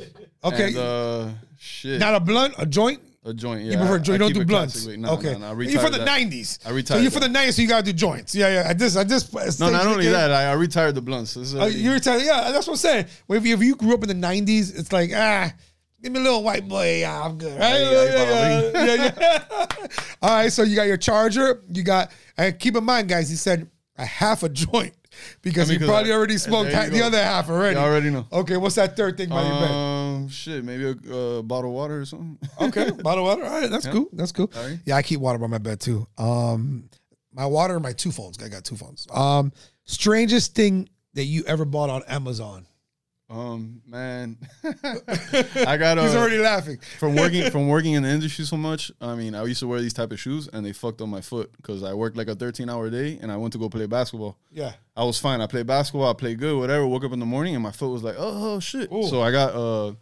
Speaker 1: Okay,
Speaker 2: And, uh, shit.
Speaker 1: not a blunt, a joint.
Speaker 2: a joint. Yeah.
Speaker 1: You prefer
Speaker 2: I-
Speaker 1: joint?
Speaker 2: I
Speaker 1: You don't
Speaker 2: keep
Speaker 1: do
Speaker 2: it
Speaker 1: blunts.
Speaker 2: classic. Nah,
Speaker 1: okay,
Speaker 2: nah, nah, I
Speaker 1: you're from
Speaker 2: retired
Speaker 1: the
Speaker 2: that.
Speaker 1: '90s.
Speaker 2: I
Speaker 1: So
Speaker 2: retired
Speaker 1: you're from the
Speaker 2: that.
Speaker 1: '90s, so you gotta do joints. Yeah, yeah. At this, at this stage
Speaker 2: No,
Speaker 1: of
Speaker 2: not
Speaker 1: the
Speaker 2: only
Speaker 1: game-
Speaker 2: that, I, I retired the blunts. This is
Speaker 1: Uh,
Speaker 2: already-
Speaker 1: you're telling, yeah, that's what I'm saying. Well, If you, if you grew up in the '90s, it's like ah, give me a little white boy, yeah, I'm good. Right?
Speaker 2: Hey,
Speaker 1: Yeah,
Speaker 2: hey,
Speaker 1: yeah, yeah, yeah. All right, so you got your charger. You got, and keep in mind, guys, he said a half a joint because
Speaker 2: I mean,
Speaker 1: he
Speaker 2: 'cause
Speaker 1: probably
Speaker 2: I-
Speaker 1: already smoked
Speaker 2: there
Speaker 1: ha-
Speaker 2: you
Speaker 1: the
Speaker 2: go.
Speaker 1: other half already.
Speaker 2: You already know.
Speaker 1: Okay, what's that third thing by your bed?
Speaker 2: Um, shit, maybe a uh, bottle of water or something.
Speaker 1: Okay, bottle of water. All right, that's cool. That's cool.
Speaker 2: All right.
Speaker 1: Yeah, I keep water by my bed too. Um, my water and my two phones. I got two phones. Um, strangest thing that you ever bought on Amazon.
Speaker 2: um, man, I got uh,
Speaker 1: He's already laughing.
Speaker 2: from working from working in the industry so much. I mean, I used to wear these type of shoes, and they fucked up my foot because I worked like a 13 hour day, and I went to go play basketball.
Speaker 1: Yeah.
Speaker 2: I was fine. I played basketball. I played good. Whatever. Woke up in the morning, and my foot was like, oh shit. So I got uh,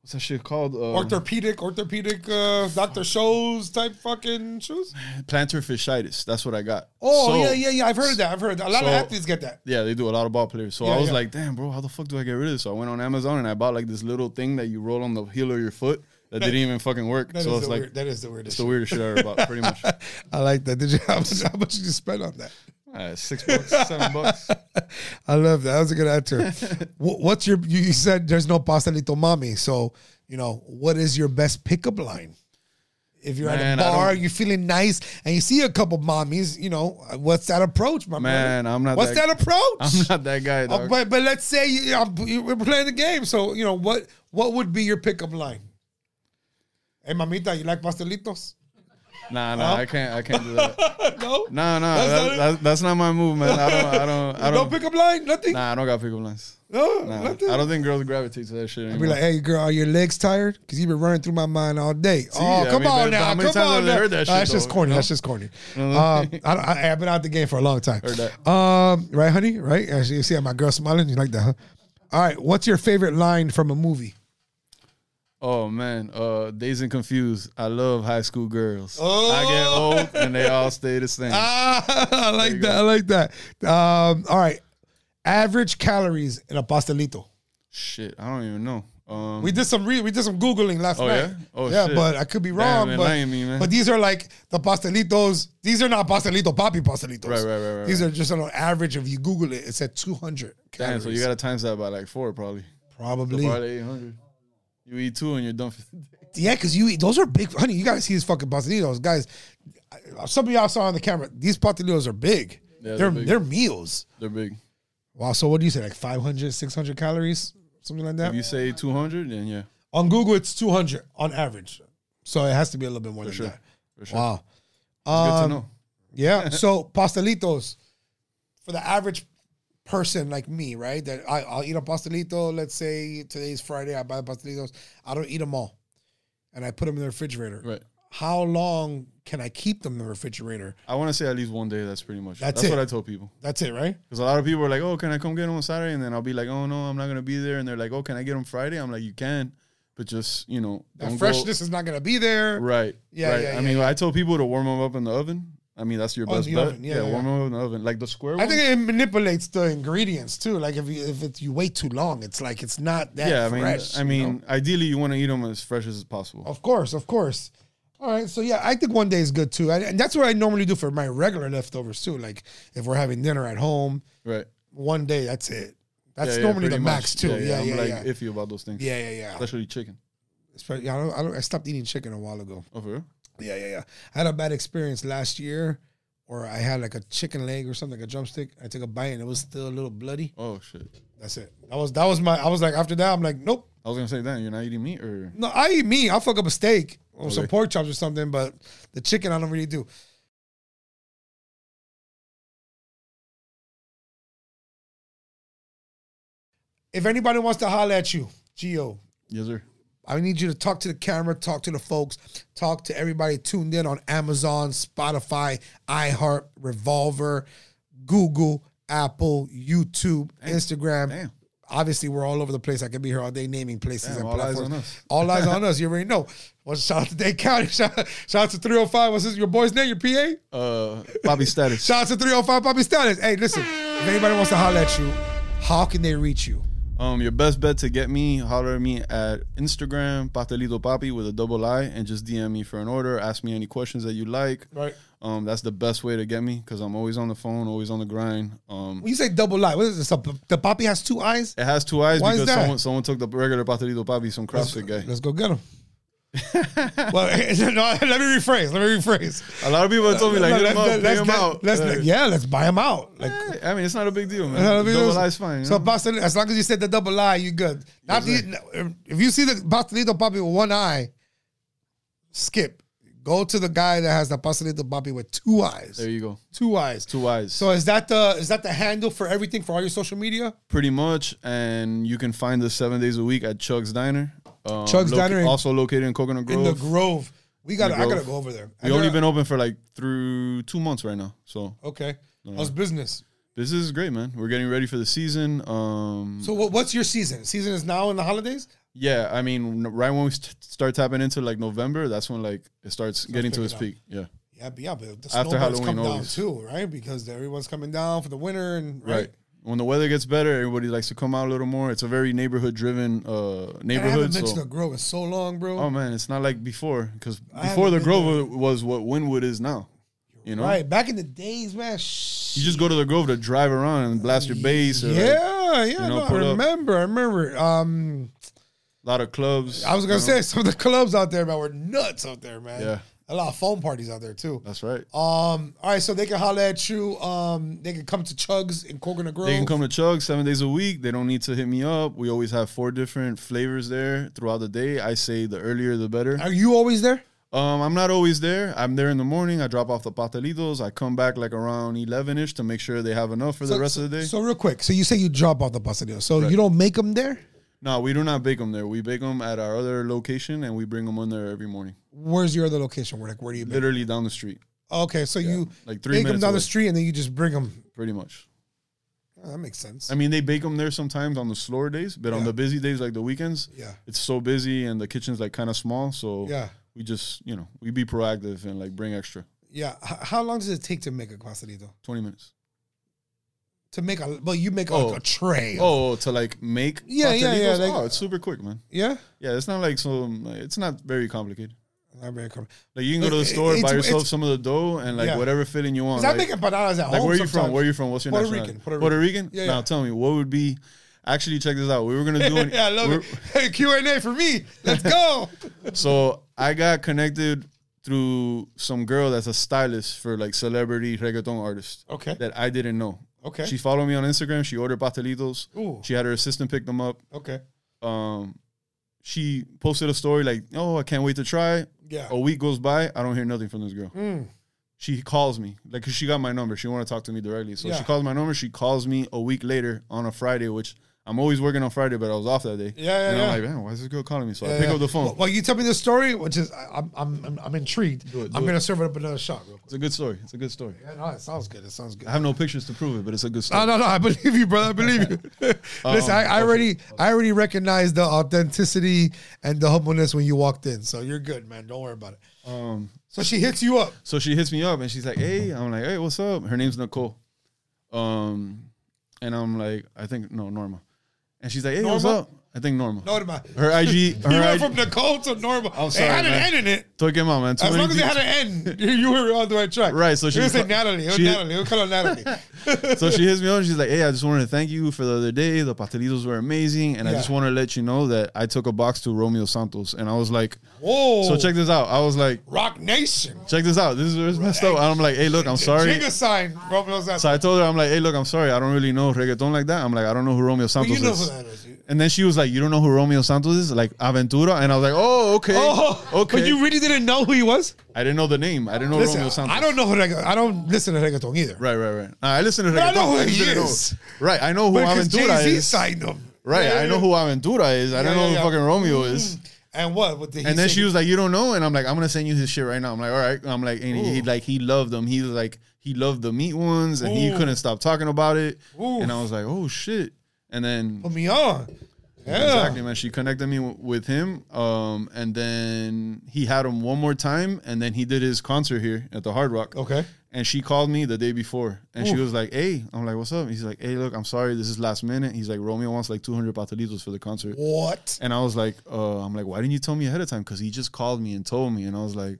Speaker 2: what's that shit called?
Speaker 1: Um,
Speaker 2: Uh,
Speaker 1: Orthopedic, orthopedic, uh, Dr. Shows type fucking shoes.
Speaker 2: plantar fasciitis. That's what I got.
Speaker 1: Oh,
Speaker 2: So-
Speaker 1: yeah, yeah, yeah. I've heard of that. I've heard of that. A lot of
Speaker 2: so-
Speaker 1: athletes get that.
Speaker 2: Yeah, they do a lot of ball players. So
Speaker 1: Yeah,
Speaker 2: I was
Speaker 1: yeah.
Speaker 2: like, damn, bro, how the fuck do I get rid of this? So I went on Amazon and I bought like this little thing that you roll on the heel of your foot that, didn't even fucking work.
Speaker 1: That is
Speaker 2: so
Speaker 1: the
Speaker 2: it's like
Speaker 1: weird, that is the weirdest.
Speaker 2: it's the weirdest shit I ever bought, pretty much.
Speaker 1: shit. I like that. Did you how much, how much did you spend on that?
Speaker 2: Uh, six bucks, seven bucks.
Speaker 1: I love that. That was a good answer. Wh- What's your? You you said there's no pastelito mommy. So you know what is your best pickup line? If you're at
Speaker 2: Man, I
Speaker 1: a bar,
Speaker 2: don't-
Speaker 1: you're feeling nice, and you see a couple mommies, you know what's that approach, my
Speaker 2: Man,
Speaker 1: brother?
Speaker 2: I'm not
Speaker 1: What's that,
Speaker 2: that-
Speaker 1: approach?
Speaker 2: I'm not that guy,
Speaker 1: Oh,
Speaker 2: dog.
Speaker 1: but but let's say you, you know, you- we're playing the game, so you know what what would be your pickup line? Hey, mamita, you like pastelitos?
Speaker 2: nah, nah, I can't, I can't do that.
Speaker 1: no,
Speaker 2: Nah, nah,
Speaker 1: That's
Speaker 2: that's,
Speaker 1: not it.
Speaker 2: that, that's, that's not my move, man. I don't, I don't, I
Speaker 1: no
Speaker 2: don't.
Speaker 1: pickup line, nothing.
Speaker 2: nah, I don't got pickup lines.
Speaker 1: no,
Speaker 2: Nah,
Speaker 1: nothing.
Speaker 2: I don't think girls gravitate to that shit
Speaker 1: Be
Speaker 2: anymore.
Speaker 1: like, hey, girl, are your legs tired? Because you've been running through my mind all day. oh,
Speaker 2: I
Speaker 1: come
Speaker 2: mean,
Speaker 1: on
Speaker 2: but
Speaker 1: now,
Speaker 2: how many
Speaker 1: come
Speaker 2: times
Speaker 1: on
Speaker 2: have they
Speaker 1: now.
Speaker 2: heard that
Speaker 1: Nah,
Speaker 2: shit,
Speaker 1: that's just
Speaker 2: though,
Speaker 1: corny.
Speaker 2: you know?
Speaker 1: That's just corny. um, I, don't- I, have been out the game for a long time.
Speaker 2: Heard that.
Speaker 1: Um, right, honey? Right? As you see how my girl smiling? You like that, huh? All right. What's your favorite line from a movie?
Speaker 2: Oh man, uh, Days and Confused. I love high school girls. I get old and they all stay the same.
Speaker 1: Oh. Ah, I like
Speaker 2: you
Speaker 1: that. I like that. Um, all right. Average calories in a pastelito.
Speaker 2: Shit, I don't even know. Um,
Speaker 1: We did some re- we did some googling last
Speaker 2: Oh,
Speaker 1: night.
Speaker 2: yeah? Oh,
Speaker 1: yeah,
Speaker 2: shit.
Speaker 1: but I could be
Speaker 2: Damn,
Speaker 1: wrong.
Speaker 2: man,
Speaker 1: but,
Speaker 2: lying to me, man.
Speaker 1: but these are like the pastelitos. These are not pastelito papi pastelitos.
Speaker 2: Right, right, right, right,
Speaker 1: These are just on average. If you Google it, it said two hundred
Speaker 2: damn,
Speaker 1: calories.
Speaker 2: so you gotta times that by like four probably.
Speaker 1: probably
Speaker 2: Probably eight hundred. You eat two and you're done. For the day.
Speaker 1: yeah, because you eat those are big. Honey, you gotta see these fucking pastelitos, guys. I- Some of y'all saw on the camera. These pastelitos are big.
Speaker 2: Yeah,
Speaker 1: they're
Speaker 2: they're
Speaker 1: they're,
Speaker 2: big.
Speaker 1: meals.
Speaker 2: They're big.
Speaker 1: Wow. So what do you say? Like 500, 600 calories, something like that.
Speaker 2: If you say two hundred, then yeah,
Speaker 1: on Google, it's two hundred on average. So it has to be a little bit more than
Speaker 2: sure.
Speaker 1: that.
Speaker 2: for sure.
Speaker 1: Wow.
Speaker 2: Good to
Speaker 1: Um,
Speaker 2: know.
Speaker 1: Yeah. so pastelitos for the average person like me, right? That I, I'll eat a pastelito. Let's say today's Friday. I buy the pastelitos. I don't eat them all, and I put them in the refrigerator.
Speaker 2: Right.
Speaker 1: How long can I keep them in the refrigerator?
Speaker 2: I want to say at least one day. That's pretty much.
Speaker 1: That's
Speaker 2: that's
Speaker 1: it.
Speaker 2: what I told people.
Speaker 1: That's it, right?
Speaker 2: Because a lot of people are like, "Oh, can I come get them on Saturday?" And then I'll be like, "Oh no, I'm not gonna be there." And they're like, "Oh, can I get them Friday?" I'm like, "You can, but just you know,
Speaker 1: The
Speaker 2: don't go-
Speaker 1: freshness is not gonna be there.
Speaker 2: Right.
Speaker 1: Yeah,
Speaker 2: Right.
Speaker 1: yeah,
Speaker 2: I
Speaker 1: yeah,
Speaker 2: mean, I told people to warm them up in the oven. I mean, that's your
Speaker 1: Oh, in
Speaker 2: best
Speaker 1: the
Speaker 2: bet.
Speaker 1: oven. Yeah,
Speaker 2: Yeah,
Speaker 1: yeah,
Speaker 2: warm them up in the oven, like the square.
Speaker 1: I
Speaker 2: ones?
Speaker 1: think it manipulates the ingredients too. Like if you if it's, you wait too long, it's like it's not that
Speaker 2: yeah, I mean,
Speaker 1: fresh.
Speaker 2: I
Speaker 1: you
Speaker 2: mean,
Speaker 1: know? Oh,
Speaker 2: ideally, you want to eat them as fresh as possible.
Speaker 1: Of course, of course. All right, so yeah, I think one day is good too, and and that's what I normally do for my regular leftovers too. Like if we're having dinner at home,
Speaker 2: Right.
Speaker 1: one day that's it. That's
Speaker 2: Yeah, yeah,
Speaker 1: normally the
Speaker 2: pretty
Speaker 1: max
Speaker 2: much.
Speaker 1: too. Yeah, yeah,
Speaker 2: I'm
Speaker 1: yeah,
Speaker 2: like
Speaker 1: yeah.
Speaker 2: iffy about those things,
Speaker 1: yeah, yeah, yeah.
Speaker 2: especially chicken.
Speaker 1: Especially- I, don't, I, don't, I stopped eating chicken a while ago.
Speaker 2: Oh, for real?
Speaker 1: Yeah, yeah, yeah. I had a bad experience last year, or I had like a chicken leg or something, like a drumstick. I took a bite and it was still a little bloody.
Speaker 2: Oh shit!
Speaker 1: That's it. That was that was my. I was like after that, I'm like, nope.
Speaker 2: I was gonna say, damn, you're not eating meat, or
Speaker 1: No, I eat meat. I'll fuck up a steak or some
Speaker 2: Okay.
Speaker 1: pork chops or something, but the chicken I don't really do. If anybody wants to holler at you, Gio,
Speaker 2: yes, sir.
Speaker 1: I need you to talk to the camera, talk to the folks, talk to everybody tuned in on Amazon, Spotify, iHeart, Revolver, Google, Apple, YouTube, Instagram.
Speaker 2: Damn.
Speaker 1: Obviously, we're all over the place. I could be here all day naming places
Speaker 2: Damn,
Speaker 1: and
Speaker 2: all eyes
Speaker 1: platforms.
Speaker 2: on us.
Speaker 1: All eyes on us. You already know. Well, shout out to Dade County. Shout, shout out to 305. What's this, your boy's name? Your PA?
Speaker 2: Uh, Bobby status.
Speaker 1: Shout out to 305 Poppy Status. Hey, listen, if anybody wants to holler at you, how can they reach you?
Speaker 2: Um, your best bet to get me, holler at me at Instagram, Pastelito Papi with a double I, and just DM me for an order. Ask me any questions that you like.
Speaker 1: Right.
Speaker 2: Um, that's the best way to get me because I'm always on the phone, always on the grind. Um,
Speaker 1: When you say double lie, what is this? The- The Poppy has two eyes?
Speaker 2: it has two eyes
Speaker 1: Why is
Speaker 2: because
Speaker 1: that?
Speaker 2: someone someone took the regular Pastelito Papi, some CrossFit guy.
Speaker 1: Let's go get him. well, no, let me rephrase. Let me rephrase.
Speaker 2: A lot of people have told me like,
Speaker 1: No, let's,
Speaker 2: hit
Speaker 1: get-
Speaker 2: him up, pay
Speaker 1: let's
Speaker 2: him
Speaker 1: get-
Speaker 2: out.
Speaker 1: let's-
Speaker 2: Uh,
Speaker 1: yeah, let's buy him out. Like,
Speaker 2: I mean, it's not a big deal, man.
Speaker 1: You know what I mean?
Speaker 2: Double
Speaker 1: Those-
Speaker 2: I's fine. you
Speaker 1: So
Speaker 2: know?
Speaker 1: pastel- as long as you said the double eye, you good. Not the, if you see the pastelito papi with one eye, skip. Go to the guy that has the pastelito papi with two eyes.
Speaker 2: there you go.
Speaker 1: two eyes.
Speaker 2: Two eyes.
Speaker 1: So is that the is that the handle for everything for all your social media?
Speaker 2: pretty much. And you can find us seven days a week at Chuck's Diner. Um,
Speaker 1: Chuck's Diner in-
Speaker 2: also located in Coconut Grove.
Speaker 1: In the Grove, we got. to I
Speaker 2: Grove.
Speaker 1: gotta go over there.
Speaker 2: We
Speaker 1: I
Speaker 2: only
Speaker 1: gotta-
Speaker 2: been open for like through two months right now, so
Speaker 1: okay. How's business?
Speaker 2: this is great, man. We're getting ready for the season. Um,
Speaker 1: So what, what's your season? Season is now in the holidays.
Speaker 2: yeah, I mean, n- right when we st- start tapping into like November, that's when like it starts getting to
Speaker 1: picking
Speaker 2: its
Speaker 1: up.
Speaker 2: peak. Yeah,
Speaker 1: Yeah, but yeah, but the
Speaker 2: After
Speaker 1: snowbirds
Speaker 2: Halloween
Speaker 1: come down
Speaker 2: always.
Speaker 1: too, right? Because everyone's coming down for the winter and
Speaker 2: right. When the weather gets better, everybody likes to come out a little more. It's a very neighborhood-driven
Speaker 1: And
Speaker 2: uh,
Speaker 1: I haven't
Speaker 2: neighborhood.
Speaker 1: been to
Speaker 2: so-
Speaker 1: the Grove in so long, bro.
Speaker 2: oh man, it's not like before because
Speaker 1: I
Speaker 2: before
Speaker 1: haven't
Speaker 2: the
Speaker 1: been
Speaker 2: Grove was what Winwood is now. You know,
Speaker 1: Right, back in the days, man. Shh.
Speaker 2: you just go to the Grove to drive around and blast your bass. Or like,
Speaker 1: yeah, yeah.
Speaker 2: know,
Speaker 1: no, I
Speaker 2: put up-
Speaker 1: remember, I remember. Um,
Speaker 2: a lot of clubs.
Speaker 1: I was
Speaker 2: you
Speaker 1: gonna
Speaker 2: know?
Speaker 1: say some of the clubs out there, man, were nuts out there, man.
Speaker 2: Yeah.
Speaker 1: a lot of phone parties out there too.
Speaker 2: that's right.
Speaker 1: Um, all right, so they can holler at you. Um, they can come to Chugs in Coconut Grove.
Speaker 2: They can come to Chug seven days a week. They don't need to hit me up. We always have four different flavors there throughout the day. I say the earlier the better.
Speaker 1: Are you always there?
Speaker 2: Um, I'm not always there. I'm there in the morning. I drop off the patelitos. I come back like around eleven ish to make sure they have enough for the rest of the day.
Speaker 1: So real quick, so you say you drop off the pasadillo, so you don't make them there.
Speaker 2: no, we do not bake them there. We bake them at our other location and we bring them on there every morning.
Speaker 1: Where's your other location? Where like where do you? Bake?
Speaker 2: Literally down the street,
Speaker 1: Okay, so you
Speaker 2: like three
Speaker 1: make them
Speaker 2: minutes
Speaker 1: down the
Speaker 2: away.
Speaker 1: street and then you just bring them.
Speaker 2: pretty much.
Speaker 1: Oh, that makes sense.
Speaker 2: I mean, they bake them there sometimes on the slower days, but on
Speaker 1: Yeah.
Speaker 2: the busy days like the weekends,
Speaker 1: yeah,
Speaker 2: it's so busy and the kitchen's like kind of small. So
Speaker 1: yeah,
Speaker 2: we just, you know, we be proactive and like bring extra
Speaker 1: yeah. H- how long does it take to make a quesadilla?
Speaker 2: 20 minutes.
Speaker 1: To make a well, you make a,
Speaker 2: Oh.
Speaker 1: a tray.
Speaker 2: Oh, to like make
Speaker 1: Yeah, yeah, yeah,
Speaker 2: tortillas?
Speaker 1: like-
Speaker 2: oh, it's super quick, man.
Speaker 1: yeah.
Speaker 2: Yeah, it's not like so. It's not very complicated.
Speaker 1: Not very com-
Speaker 2: Like you can go to the
Speaker 1: It-
Speaker 2: store,
Speaker 1: it's-
Speaker 2: buy yourself
Speaker 1: it's-
Speaker 2: some of the dough, and like
Speaker 1: Yeah.
Speaker 2: whatever filling you want.
Speaker 1: Cause I
Speaker 2: Like,
Speaker 1: make empanadas at
Speaker 2: like,
Speaker 1: home.
Speaker 2: where you
Speaker 1: sometimes.
Speaker 2: from? Where you from? What's your
Speaker 1: Puerto
Speaker 2: nationality?
Speaker 1: Rican, Puerto
Speaker 2: Puerto Rican.
Speaker 1: Yeah,
Speaker 2: Now
Speaker 1: yeah.
Speaker 2: tell me, what would be? Actually, check this out. We were gonna do. an-
Speaker 1: yeah, I love it.
Speaker 2: we're-
Speaker 1: Hey, Q and A for me. Let's go.
Speaker 2: So I got connected through some girl that's a stylist for like celebrity reggaeton artists
Speaker 1: okay.
Speaker 2: that I didn't know.
Speaker 1: Okay.
Speaker 2: She followed me on Instagram. She ordered pastelitos.
Speaker 1: Ooh.
Speaker 2: She had her assistant pick them up.
Speaker 1: okay.
Speaker 2: Um, she posted a story like, "Oh, I can't wait to try."
Speaker 1: Yeah.
Speaker 2: A week goes by, I don't hear nothing from this girl.
Speaker 1: Mm.
Speaker 2: She calls me, like, 'cause she got my number. She want to talk to me directly. So
Speaker 1: Yeah.
Speaker 2: she calls my number. She calls me a week later on a Friday, which I'm always working on Friday, but I was off that day.
Speaker 1: Yeah, yeah,
Speaker 2: And
Speaker 1: yeah.
Speaker 2: I'm like, man, why is this girl calling me? So I pick up the phone.
Speaker 1: Well, well, you tell me the story, which is I- I'm I'm I'm, I'm intrigued.
Speaker 2: it, do
Speaker 1: I'm
Speaker 2: it.
Speaker 1: gonna serve it up another shot real quick.
Speaker 2: It's a good story. It's a good story.
Speaker 1: Yeah, no, it sounds good. It sounds good.
Speaker 2: I have no pictures to prove it, but it's a good story.
Speaker 1: No, no, no. I believe you, brother. I believe you.
Speaker 2: Uh-huh.
Speaker 1: Listen, I, I already, I already recognize the authenticity and the humbleness when you walked in. So you're good, man. Don't worry about it.
Speaker 2: Um,
Speaker 1: So she hits you up.
Speaker 2: so she hits me up and she's like, "Hey," I'm like, "Hey, what's up?" Her name's Nicole, um, and I'm like, "I think no, Norma," and she's like, "Hey, what's
Speaker 1: Norma?
Speaker 2: up?" I think Norma.
Speaker 1: Norma.
Speaker 2: Her IG. Her
Speaker 1: you went
Speaker 2: IG
Speaker 1: from Nicole to Norma.
Speaker 2: I'm
Speaker 1: it
Speaker 2: sorry,
Speaker 1: had an
Speaker 2: man.
Speaker 1: N in it.
Speaker 2: Took him out, man. Too
Speaker 1: As
Speaker 2: many
Speaker 1: long as it had
Speaker 2: dudes.
Speaker 1: an N, you- you were on the right track.
Speaker 2: Right, so
Speaker 1: she
Speaker 2: she-
Speaker 1: was say Natalie. Oh,
Speaker 2: she-
Speaker 1: Natalie. We'll call her Natalie.
Speaker 2: so she hits me up. She's like, "Hey, I just wanted to thank you for the other day. The pastelitos were amazing, and I
Speaker 1: Yeah.
Speaker 2: just want to let you know that I took a box to Romeo Santos, and I was like,
Speaker 1: Whoa.
Speaker 2: so check this out. I was like,
Speaker 1: Rock Nation.
Speaker 2: check this out. This is where's messed up. And I'm like, hey, look, I'm sorry.
Speaker 1: Jigga sign. Romeo's
Speaker 2: So I told her, I'm like, hey, look, I'm sorry. I don't really know reggaeton like that. I'm like, I don't know who Romeo Santos
Speaker 1: You know who
Speaker 2: is.
Speaker 1: that is.
Speaker 2: And then she was like, you don't know who Romeo Santos is? Like Aventura? And I was like, oh, okay, okay.
Speaker 1: But you really didn't know who he was?
Speaker 2: I didn't know the name. I didn't know
Speaker 1: Listen,
Speaker 2: Romeo Santos.
Speaker 1: I don't know who regga- I don't listen to reggaeton either.
Speaker 2: Right, right, right. I listen to reggaeton.
Speaker 1: But I know who he
Speaker 2: didn't know-
Speaker 1: is.
Speaker 2: Right, I know who
Speaker 1: Because
Speaker 2: Aventura
Speaker 1: Jay-Z
Speaker 2: is.
Speaker 1: signed him.
Speaker 2: Right,
Speaker 1: Yeah,
Speaker 2: I know
Speaker 1: yeah.
Speaker 2: who Aventura is. I
Speaker 1: Yeah,
Speaker 2: don't know
Speaker 1: yeah,
Speaker 2: who
Speaker 1: yeah. Mm.
Speaker 2: fucking Romeo is.
Speaker 1: And what? What did he
Speaker 2: And then
Speaker 1: say?
Speaker 2: she was like, "You don't know," and I'm like, "I'm gonna send you his shit right now." I'm like, "All right." I'm like, and he
Speaker 1: Ooh.
Speaker 2: like he loved them. He was like he loved the meat ones, and he
Speaker 1: Ooh.
Speaker 2: couldn't stop talking about it.
Speaker 1: Ooh.
Speaker 2: And I was like, "Oh shit!" And then
Speaker 1: "Put me on." Yeah.
Speaker 2: exactly, man, she connected me w- with him. Um, and then he had him one more time, and then he did his concert here at the Hard Rock.
Speaker 1: Okay.
Speaker 2: And she called me the day before, and she
Speaker 1: Ooh.
Speaker 2: was like, "Hey," I'm like, "What's up?" He's like, "Hey, look, I'm sorry, this is last minute." He's like, "Romeo wants like 200 patelitos for the concert."
Speaker 1: What?
Speaker 2: And I was like, uh, I'm like, why didn't you tell me ahead of time? Because he just called me and told me, and I was like,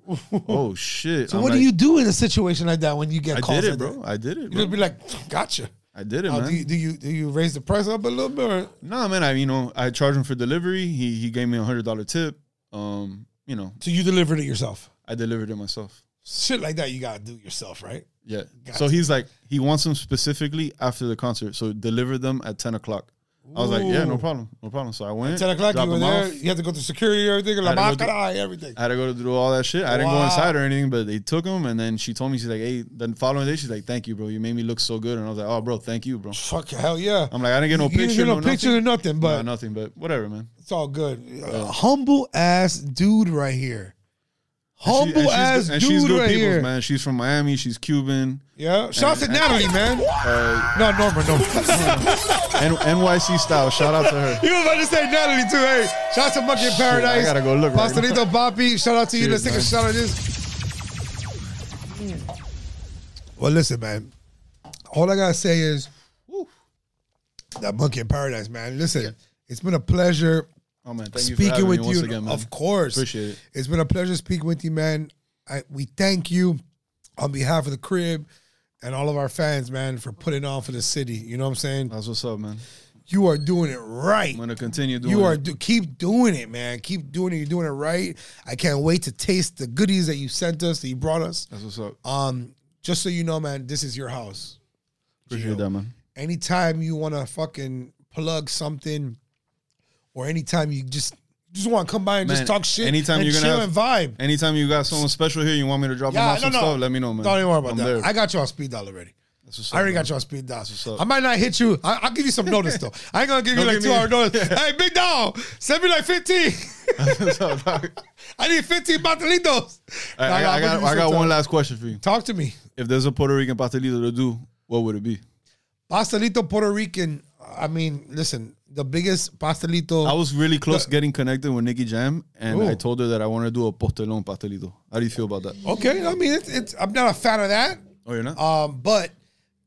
Speaker 2: oh shit.
Speaker 1: So
Speaker 2: I'm
Speaker 1: what
Speaker 2: like,
Speaker 1: do you do in a situation like that when you get
Speaker 2: I
Speaker 1: calls?
Speaker 2: did it,
Speaker 1: like
Speaker 2: bro.
Speaker 1: that?
Speaker 2: I did it.
Speaker 1: You'd
Speaker 2: Bro.
Speaker 1: be like, "Gotcha."
Speaker 2: I did it,
Speaker 1: Now, do, you,
Speaker 2: man.
Speaker 1: do you do you raise the price up a little bit? Or?
Speaker 2: Nah, man. I you know I charged him for delivery. He he gave me a hundred dollar tip. Um, you know
Speaker 1: So you delivered it yourself.
Speaker 2: I delivered it myself.
Speaker 1: Shit like that, you gotta do yourself, right?
Speaker 2: Yeah.
Speaker 1: Gotcha.
Speaker 2: So he's like, he wants them specifically after the concert. So deliver them at ten o'clock. I was like, yeah,
Speaker 1: Ooh.
Speaker 2: no problem, no problem. So I went
Speaker 1: Ten o'clock,
Speaker 2: dropped
Speaker 1: you were
Speaker 2: them
Speaker 1: there.
Speaker 2: off.
Speaker 1: You had to go through security, everything, like,
Speaker 2: Had to go
Speaker 1: "Baccarat," everything.
Speaker 2: I had to go to do all that shit. I didn't
Speaker 1: Wow.
Speaker 2: go inside or anything, but they took him. And then she told me, she's like, hey, the following day, she's like, thank you, bro. You made me look so good. And I was like, oh, bro, thank you, bro.
Speaker 1: Fuck hell yeah!
Speaker 2: I'm like, I didn't get no
Speaker 1: you didn't
Speaker 2: picture.
Speaker 1: get no,
Speaker 2: no
Speaker 1: picture or
Speaker 2: nothing.
Speaker 1: nothing,
Speaker 2: Nah,
Speaker 1: but
Speaker 2: nothing, but whatever, man.
Speaker 1: it's all good. A humble ass dude right here.
Speaker 2: She-
Speaker 1: Humble ass
Speaker 2: she's, good- and
Speaker 1: dude
Speaker 2: she's good
Speaker 1: right
Speaker 2: peoples,
Speaker 1: here.
Speaker 2: man. She's from Miami. She's Cuban.
Speaker 1: Yeah, shout out to
Speaker 2: and-
Speaker 1: Natalie, man.
Speaker 2: Uh,
Speaker 1: No, Norma, Norma.
Speaker 2: N- NYC style. Shout out to her.
Speaker 1: You were about to say Natalie too. Hey, shout out to Monkey in Paradise.
Speaker 2: I gotta go look right
Speaker 1: Pastelito Papi. Shout out to you. Let's
Speaker 2: Cheers,
Speaker 1: take a
Speaker 2: man.
Speaker 1: shot of this. Well, listen, man. All I gotta say is that Monkey in Paradise, man. Listen, it's been a pleasure
Speaker 2: Oh, man. Thank you for
Speaker 1: speaking
Speaker 2: having
Speaker 1: with
Speaker 2: me
Speaker 1: you.
Speaker 2: once again, man.
Speaker 1: Of course,
Speaker 2: Appreciate it.
Speaker 1: It's been a pleasure speaking with you, man. I, we thank you on behalf of the crib and all of our fans, man, for putting on for the city. You know what I'm saying?
Speaker 2: That's what's up, man.
Speaker 1: You are doing it right.
Speaker 2: Uh, I'm going to continue doing
Speaker 1: You are
Speaker 2: it.
Speaker 1: do, keep doing it, man. Keep doing it. You're doing it right. I can't wait to taste the goodies that you sent us, that you brought us.
Speaker 2: That's what's up.
Speaker 1: Um, just so you know, man, this is your house.
Speaker 2: Appreciate
Speaker 1: Gio.
Speaker 2: that, man.
Speaker 1: Anytime you want to fucking plug something, or anytime you just just want to come by and just
Speaker 2: Man,
Speaker 1: talk shit,
Speaker 2: anytime
Speaker 1: and
Speaker 2: you're gonna
Speaker 1: chill
Speaker 2: have-
Speaker 1: and vibe.
Speaker 2: Anytime you got someone special here, you want me to drop them
Speaker 1: Yeah,
Speaker 2: off
Speaker 1: no,
Speaker 2: some
Speaker 1: no.
Speaker 2: stuff, let me know, man.
Speaker 1: Don't even worry about
Speaker 2: I'm
Speaker 1: that.
Speaker 2: there.
Speaker 1: I got you on speed dial already.
Speaker 2: That's what's
Speaker 1: I
Speaker 2: up,
Speaker 1: already
Speaker 2: man.
Speaker 1: got you on speed dial.
Speaker 2: up.
Speaker 1: I might not hit you. I, I'll give you some notice though. I ain't gonna give you
Speaker 2: Don't
Speaker 1: like
Speaker 2: give
Speaker 1: two
Speaker 2: me-
Speaker 1: hour notice. hey, big dog, send me like fifteen.
Speaker 2: That's what's up, dog.
Speaker 1: I need fifteen pastelitos.
Speaker 2: All right,
Speaker 1: Nah,
Speaker 2: I, got, I,
Speaker 1: I'm gonna
Speaker 2: got,
Speaker 1: do
Speaker 2: I got
Speaker 1: sometime.
Speaker 2: one last question for you.
Speaker 1: Talk to me.
Speaker 2: If there's a Puerto Rican pastelito to do, what would it be?
Speaker 1: Pastelito Puerto Rican. I mean, listen, the biggest pastelito.
Speaker 2: I was really close getting connected with Nikki Jam, and I
Speaker 1: Ooh.
Speaker 2: told her that I want to do a postelon pastelito. How do you feel about that?
Speaker 1: okay, I mean, it's, it's. I'm not a fan of that.
Speaker 2: Oh, you're not?
Speaker 1: Um, but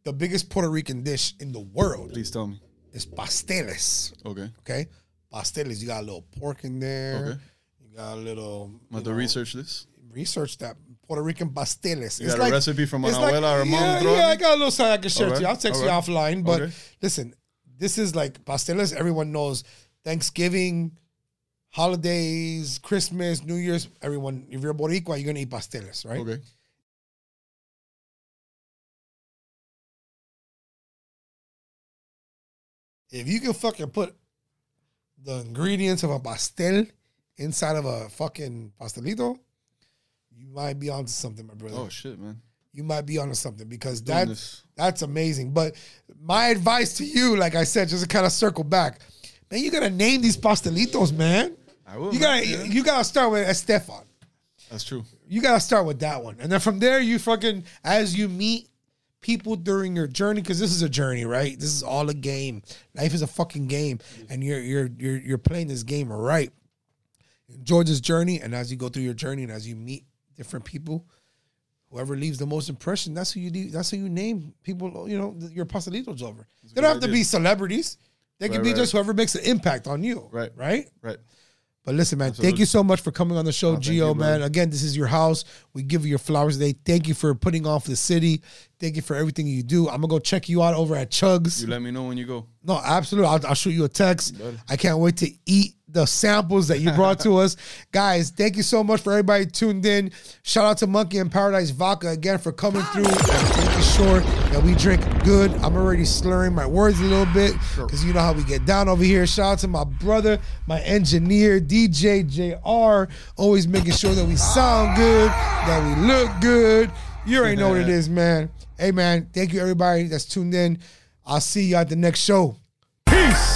Speaker 1: the biggest Puerto Rican dish in the world
Speaker 2: Please tell me.
Speaker 1: is pasteles.
Speaker 2: Okay.
Speaker 1: Okay, pasteles. You got a little pork in there.
Speaker 2: Okay.
Speaker 1: You got a little.
Speaker 2: I'm
Speaker 1: you
Speaker 2: to
Speaker 1: know,
Speaker 2: research this.
Speaker 1: research that Puerto Rican pasteles.
Speaker 2: You got a recipe from
Speaker 1: it's
Speaker 2: Ana Abuela or Mom
Speaker 1: yeah,
Speaker 2: throw
Speaker 1: yeah,
Speaker 2: it?
Speaker 1: I got a little something I can share
Speaker 2: All
Speaker 1: to you.
Speaker 2: right,
Speaker 1: I'll text
Speaker 2: all
Speaker 1: you
Speaker 2: right.
Speaker 1: offline. But
Speaker 2: Okay.
Speaker 1: listen, this is like pasteles. Everyone knows Thanksgiving, holidays, Christmas, New Year's. Everyone, if you're Boricua, you're gonna eat pasteles, right?
Speaker 2: Okay.
Speaker 1: If you can fucking put the ingredients of a pastel inside of a fucking pastelito, you might be onto something, my brother.
Speaker 2: Oh shit, man.
Speaker 1: you might be onto something because
Speaker 2: Doing
Speaker 1: that
Speaker 2: this.
Speaker 1: that's amazing. But my advice to you, like I said, just to kind of circle back, man, you gotta name these pastelitos, man.
Speaker 2: I will.
Speaker 1: You
Speaker 2: man.
Speaker 1: gotta
Speaker 2: Yeah.
Speaker 1: you gotta start with Estefan.
Speaker 2: That's true.
Speaker 1: You gotta start with that one, and then from there, you fucking as you meet people during your journey, because this is a journey, right? This is all a game. Life is a fucking game, and you're you're you're you're playing this game right. Enjoy this journey, and as you go through your journey, and as you meet different people, whoever leaves the most impression, that's who you leave, that's who you name people. You know, th- your pastelitos over. They don't
Speaker 2: good
Speaker 1: have to
Speaker 2: idea.
Speaker 1: be celebrities. They can
Speaker 2: Right,
Speaker 1: be
Speaker 2: right.
Speaker 1: just whoever makes an impact on you.
Speaker 2: Right.
Speaker 1: Right.
Speaker 2: Right.
Speaker 1: But listen, man, thank you so much for coming on the show,
Speaker 2: Oh, thank
Speaker 1: Gio,
Speaker 2: you,
Speaker 1: man.
Speaker 2: brother.
Speaker 1: Again, this is your house. We give you your flowers today. Thank you for putting off the city. Thank you for everything you do. I'm gonna go check you out over at Chugs.
Speaker 2: You let me know when you go.
Speaker 1: No, absolutely. I'll, I'll shoot you a text. I can't wait to eat the samples that you brought to us, guys. Thank you so much for everybody tuned in. Shout out to Monkey and Paradise Vodka again for coming through and making sure that we drink good. I'm already slurring my words a little bit because you know how we get down over here. Shout out to my brother, my engineer DJ JR, always making sure that we sound good, that we look good. You already know what it is, man. Hey, man. Thank you everybody that's tuned in. I'll see you at the next show. Peace.